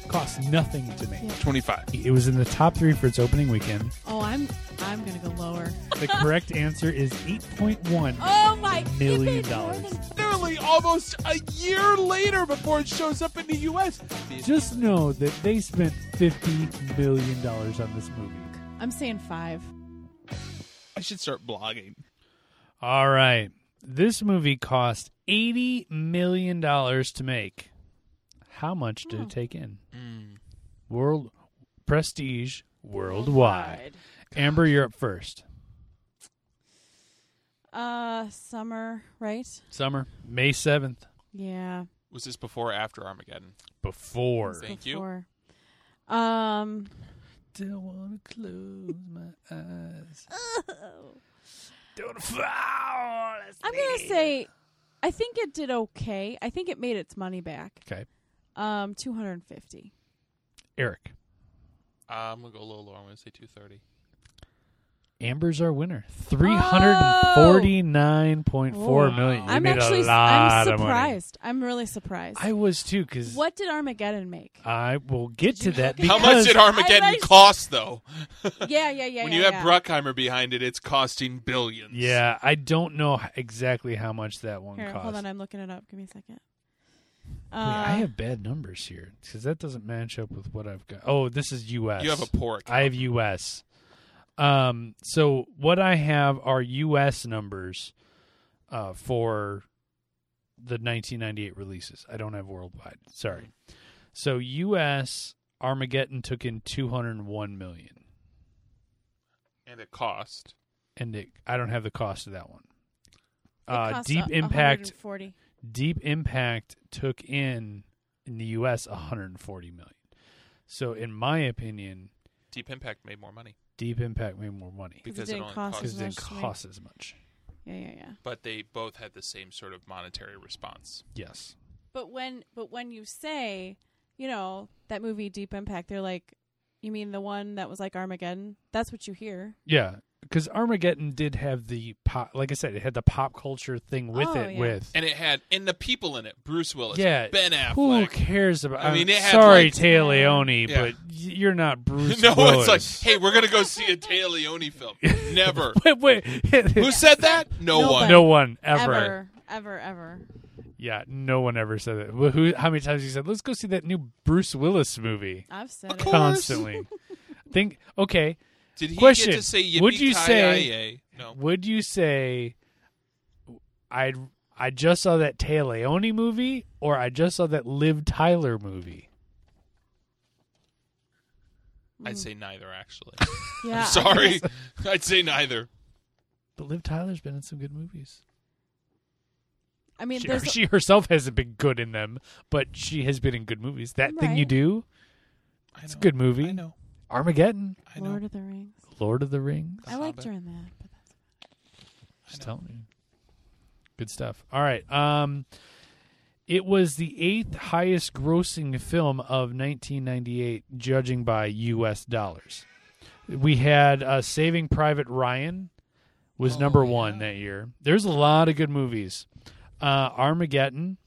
Speaker 2: cost nothing to make.
Speaker 3: Twenty-five.
Speaker 2: It was in the top three for its opening weekend.
Speaker 1: Oh, I'm I'm gonna go lower.
Speaker 2: The correct answer is 8.1.
Speaker 1: Oh my! keep
Speaker 2: Million
Speaker 1: it,
Speaker 2: dollars.
Speaker 1: Morgan.
Speaker 3: literally almost a year later before it shows up in the U.S.
Speaker 2: Just know that they spent $50 million on this movie.
Speaker 1: I'm saying five.
Speaker 3: I should start blogging.
Speaker 2: All right. This movie cost $80 million to make. How much did it take in?
Speaker 1: Hmm.
Speaker 2: World prestige worldwide. Amber, you're up first.
Speaker 1: Uh, summer, right?
Speaker 2: Summer, May 7th,
Speaker 1: Yeah.
Speaker 3: Was this before or after Armageddon?
Speaker 2: before.
Speaker 3: Thank
Speaker 1: before. you. Um,
Speaker 2: Don't want to close my eyes. Don't fall
Speaker 1: Oh. I'm gonna say, I think it did okay. I think it made its money back.
Speaker 2: Okay.
Speaker 1: Um, two hundred and fifty.
Speaker 2: Eric,
Speaker 3: you. Uh, I'm gonna go a little lower. I'm gonna say 230.
Speaker 2: Amber's our winner. Three hundred and forty-nine point four
Speaker 1: Oh.
Speaker 2: million. You
Speaker 1: I'm
Speaker 2: made
Speaker 1: actually,
Speaker 2: a
Speaker 1: s-
Speaker 2: lot
Speaker 1: I'm
Speaker 2: of money.
Speaker 1: surprised. I'm really surprised.
Speaker 2: I was Uh, too, because
Speaker 1: what did Armageddon make?
Speaker 2: I will get to that.
Speaker 3: How
Speaker 2: Because
Speaker 3: much did Armageddon
Speaker 1: I like-
Speaker 3: cost, though?
Speaker 1: yeah, yeah, yeah.
Speaker 3: when
Speaker 1: yeah,
Speaker 3: you
Speaker 1: yeah.
Speaker 3: have Bruckheimer behind it, it's costing billions.
Speaker 2: Yeah, I don't know h- exactly how much that one
Speaker 1: Here,
Speaker 2: cost.
Speaker 1: hold on, I'm looking it up. Give me a second. Uh,
Speaker 2: Wait, I have bad numbers here because that doesn't match up with what I've got. Oh, this is U.S.
Speaker 3: You have a poor. Account.
Speaker 2: I have U.S. Um, so what I have are U.S. numbers uh, for the 1998 releases. I don't have worldwide. Sorry.
Speaker 3: Mm-hmm.
Speaker 2: So U.S. Armageddon took in 201 million,
Speaker 3: and it cost.
Speaker 2: and it, I don't have the cost of that one.
Speaker 1: it
Speaker 2: Uh,
Speaker 1: cost
Speaker 2: Deep
Speaker 1: a-
Speaker 2: Impact.
Speaker 1: 140.
Speaker 2: Deep Impact took in in the U.S. 140 million. So in my opinion,
Speaker 3: Deep Impact made more money
Speaker 2: Deep Impact made more money
Speaker 1: it
Speaker 3: because it,
Speaker 1: didn't
Speaker 3: only
Speaker 1: cost
Speaker 3: cost.
Speaker 2: because it didn't
Speaker 1: much to make.
Speaker 2: cost as much.
Speaker 1: Yeah, yeah, yeah.
Speaker 3: But they both had the same sort of monetary response.
Speaker 2: Yes.
Speaker 1: But when but when you say, you know, that movie Deep Impact, they're like, you mean the one that was like Armageddon? That's what you hear.
Speaker 2: Yeah, because Armageddon did have the pop. Like I said, it had the pop culture thing with
Speaker 1: Oh,
Speaker 2: it.
Speaker 1: yeah.
Speaker 2: With
Speaker 3: And it had and the people in it: Bruce Willis,
Speaker 2: yeah,
Speaker 3: Ben
Speaker 2: Who
Speaker 3: Affleck.
Speaker 2: cares about?
Speaker 3: I
Speaker 2: I
Speaker 3: mean,
Speaker 2: mean,
Speaker 3: it had,
Speaker 2: sorry,
Speaker 3: like-
Speaker 2: Tay Leone,
Speaker 3: Yeah.
Speaker 2: but y- you're not Bruce.
Speaker 3: no,
Speaker 2: Willis.
Speaker 3: it's like, hey, we're gonna go see a Taylor Leone film. Never.
Speaker 2: wait, wait,
Speaker 3: Who said that? No
Speaker 1: Nobody.
Speaker 3: one.
Speaker 2: no one ever.
Speaker 1: Ever, ever, ever.
Speaker 2: Yeah, no one ever said that. Wh- Who? How many times you said, "Let's go see that new Bruce Willis movie"?
Speaker 1: I've said it.
Speaker 3: course.
Speaker 2: Constantly. Think. Okay,
Speaker 3: Did he
Speaker 2: Question.
Speaker 3: get to say
Speaker 2: Would you say-
Speaker 3: yippee-ki-yay? No.
Speaker 2: would you say I I just saw that Tay Leone movie, or I just saw that Liv Tyler movie? Mm.
Speaker 3: I'd say neither, actually.
Speaker 1: Yeah.
Speaker 3: Sorry. I'd say neither.
Speaker 2: But Liv Tyler's been in some good movies.
Speaker 1: I mean,
Speaker 2: She,
Speaker 1: there's
Speaker 2: she herself hasn't been good in them, but she has been in good movies. That thing you
Speaker 1: Right.
Speaker 2: do,
Speaker 3: I
Speaker 2: it's a
Speaker 3: know.
Speaker 2: good movie.
Speaker 3: I know.
Speaker 2: Armageddon,
Speaker 3: I know.
Speaker 1: Lord of the Rings.
Speaker 2: Lord of the Rings.
Speaker 1: I liked
Speaker 3: Hobbit.
Speaker 1: her in that. But that's
Speaker 2: Just telling you. Good stuff. All right. Um, it was the eighth highest grossing film of 1998, judging by U.S. dollars. We had uh, Saving Private Ryan was
Speaker 3: Oh,
Speaker 2: number
Speaker 3: yeah.
Speaker 2: one that year. There's a lot of good movies. uh, Armageddon.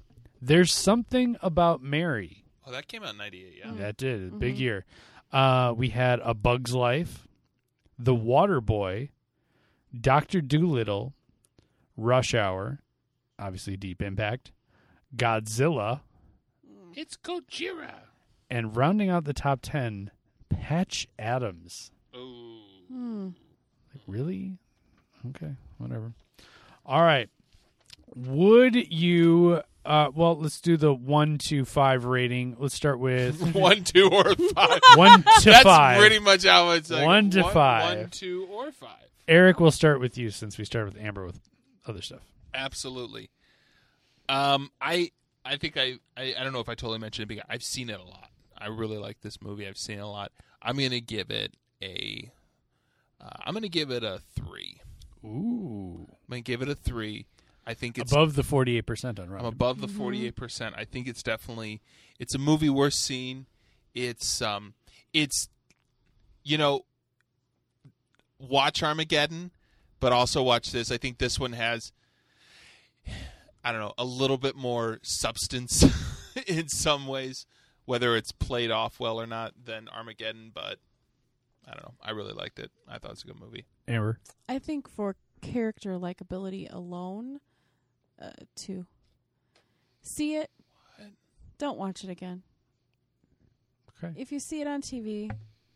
Speaker 2: There's something about Mary
Speaker 3: Oh, Mm-hmm. that came out in '98. Yeah.
Speaker 2: that did a big year. Uh, we had A Bug's Life, The Water Boy, Doctor Doolittle, Rush Hour, obviously Deep Impact, Godzilla,
Speaker 3: It's Gojira.
Speaker 2: and rounding out the top ten, Patch Adams.
Speaker 3: Oh.
Speaker 2: Really? Okay, whatever. All right. Would you? Uh, well, let's do the one to five rating. Let's start with
Speaker 3: One, two, or five.
Speaker 2: one to
Speaker 3: That's
Speaker 2: five.
Speaker 3: pretty much how it's like.
Speaker 2: One to five.
Speaker 3: One, two, or five.
Speaker 2: Eric, we'll start with you since we started with Amber with other stuff.
Speaker 3: Absolutely. Um, I I think I, I I don't know if I totally mentioned it because I've seen it a lot. I really like this movie. I've seen it a lot. I'm gonna give it a. Uh, I'm gonna give it a three.
Speaker 2: Ooh,
Speaker 3: I'm gonna give it a three. I think it's
Speaker 2: above the forty-eight percent on Rotten.
Speaker 3: I'm above the forty eight percent. I think it's definitely it's a movie worth seeing. It's um it's you know watch Armageddon, but also watch this. I think this one has I don't know, a little bit more substance in some ways, whether it's played off well or not than Armageddon, but I don't know. I really liked it. I thought it's a good movie.
Speaker 2: Amber,
Speaker 1: I think for character likability alone, uh, two. See it.
Speaker 3: What?
Speaker 1: Don't watch it again.
Speaker 2: okay,
Speaker 1: If you see it on TV,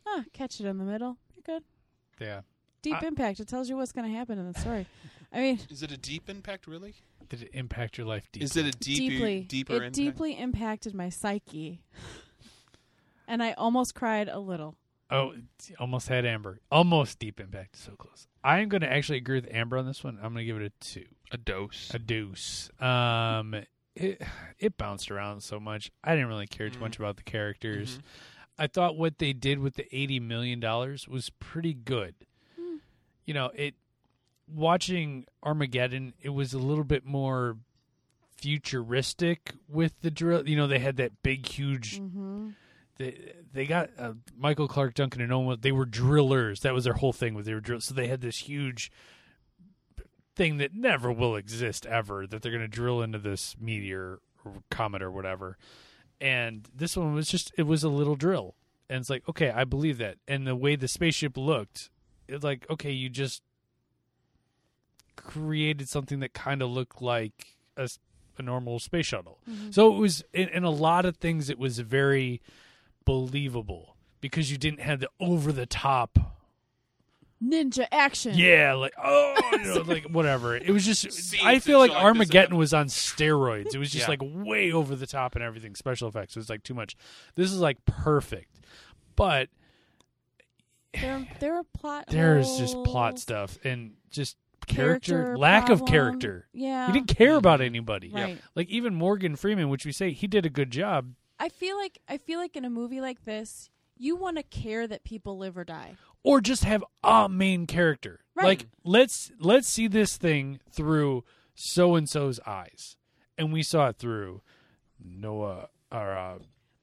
Speaker 1: ah, catch it in the middle. You're good.
Speaker 2: yeah.
Speaker 1: Deep
Speaker 2: I-
Speaker 1: impact. It tells you what's going to happen in the story. I mean,
Speaker 3: Is it a deep impact really?
Speaker 2: Did it impact your life deeply?
Speaker 3: Is it a deep,
Speaker 1: deeply,
Speaker 3: deeper
Speaker 1: it
Speaker 3: impact?
Speaker 1: deeply impacted my psyche, and I almost cried a little.
Speaker 2: Oh, it's- almost had Amber. Almost deep impact. So close. I am going to actually agree with Amber on this one. I'm going to give it a two.
Speaker 3: a dose.
Speaker 2: a deuce. Um, it it bounced around so much. I didn't really care too much about the characters. I thought what they did with the eighty million dollars was pretty good. You know, it watching Armageddon, it was a little bit more futuristic with the drill. You know, they had that big, huge.
Speaker 1: Mm-hmm.
Speaker 2: They, they got uh, Michael Clark Duncan and Owen. They were drillers. That was their whole thing. With their drill, so they had this huge thing that never will exist ever that they're going to drill into this meteor or comet or whatever. And this one was just it was a little drill. And it's like, okay, I believe that. And the way the spaceship looked, it's like, okay, you just created something that kind of looked like a, s- a normal space shuttle. So it was in, in a lot of things it was very believable because you didn't have the over the top
Speaker 1: Ninja action.
Speaker 2: yeah, like oh, you know, like whatever. It was just.
Speaker 3: See,
Speaker 2: I
Speaker 3: it's
Speaker 2: feel like
Speaker 3: like this
Speaker 2: Armageddon
Speaker 3: episode.
Speaker 2: was on steroids. It was just
Speaker 3: Yeah.
Speaker 2: like way over the top and everything. Special effects it was like too much. This is like perfect, but
Speaker 1: There, there are plot.
Speaker 2: there's just plot
Speaker 1: holes,
Speaker 2: stuff and just character,
Speaker 1: Oh. character,
Speaker 2: lack of
Speaker 1: problem.
Speaker 2: character.
Speaker 1: Yeah.
Speaker 2: You didn't care about anybody.
Speaker 1: Right.
Speaker 2: Like even Morgan Freeman, which we say he did a good job.
Speaker 1: I feel like I feel like in a movie like this, you want to care that people live or die.
Speaker 2: or just have a main character.
Speaker 1: Right.
Speaker 2: Like let's let's see this thing through so and so's eyes, and we saw it through Noah or uh,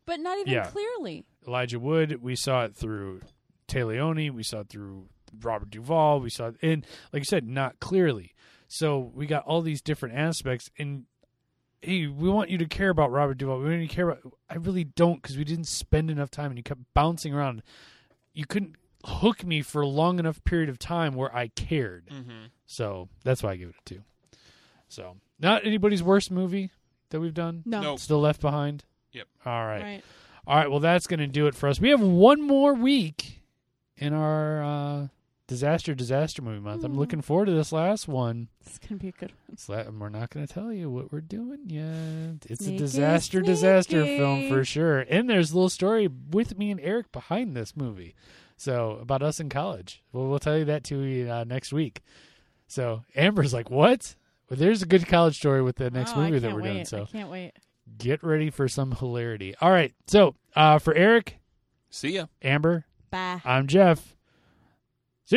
Speaker 1: But not even
Speaker 2: Yeah.
Speaker 1: clearly.
Speaker 2: Elijah Wood. We saw it through Taleone. We saw it through Robert Duvall. We saw it in like you said, not clearly. So we got all these different aspects, and hey, we want you to care about Robert Duvall. We want you to care about. I really don't because we didn't spend enough time, and you kept bouncing around. You couldn't hook me for a long enough period of time where I cared.
Speaker 3: Mm-hmm.
Speaker 2: So that's why I give it a two. So not anybody's worst movie that we've done.
Speaker 1: No.
Speaker 3: No.
Speaker 2: Still left behind.
Speaker 3: Yep.
Speaker 2: All right.
Speaker 1: Right.
Speaker 2: All right, well, that's going to do it for us. We have one more week in our uh, disaster disaster movie month. I'm looking forward to this last one.
Speaker 1: Hmm. It's gonna be a good one.
Speaker 2: It's la- and we're not going to tell you what we're doing yet. It's a
Speaker 1: Sneaky,
Speaker 2: disaster disaster film
Speaker 1: sneaky.
Speaker 2: for sure. And there's a little story with me and Eric behind this movie. So about us in college. Well, we'll tell you that to you uh, next week. So Amber's like, what? Well, there's a good college story with the next
Speaker 1: Oh, I
Speaker 2: movie that
Speaker 1: can't
Speaker 2: we're
Speaker 1: wait.
Speaker 2: doing. So
Speaker 1: I can't wait.
Speaker 2: get ready for some hilarity. All right. So uh, for Eric,
Speaker 3: See ya.
Speaker 2: Amber,
Speaker 1: Bye.
Speaker 2: I'm Jeff. See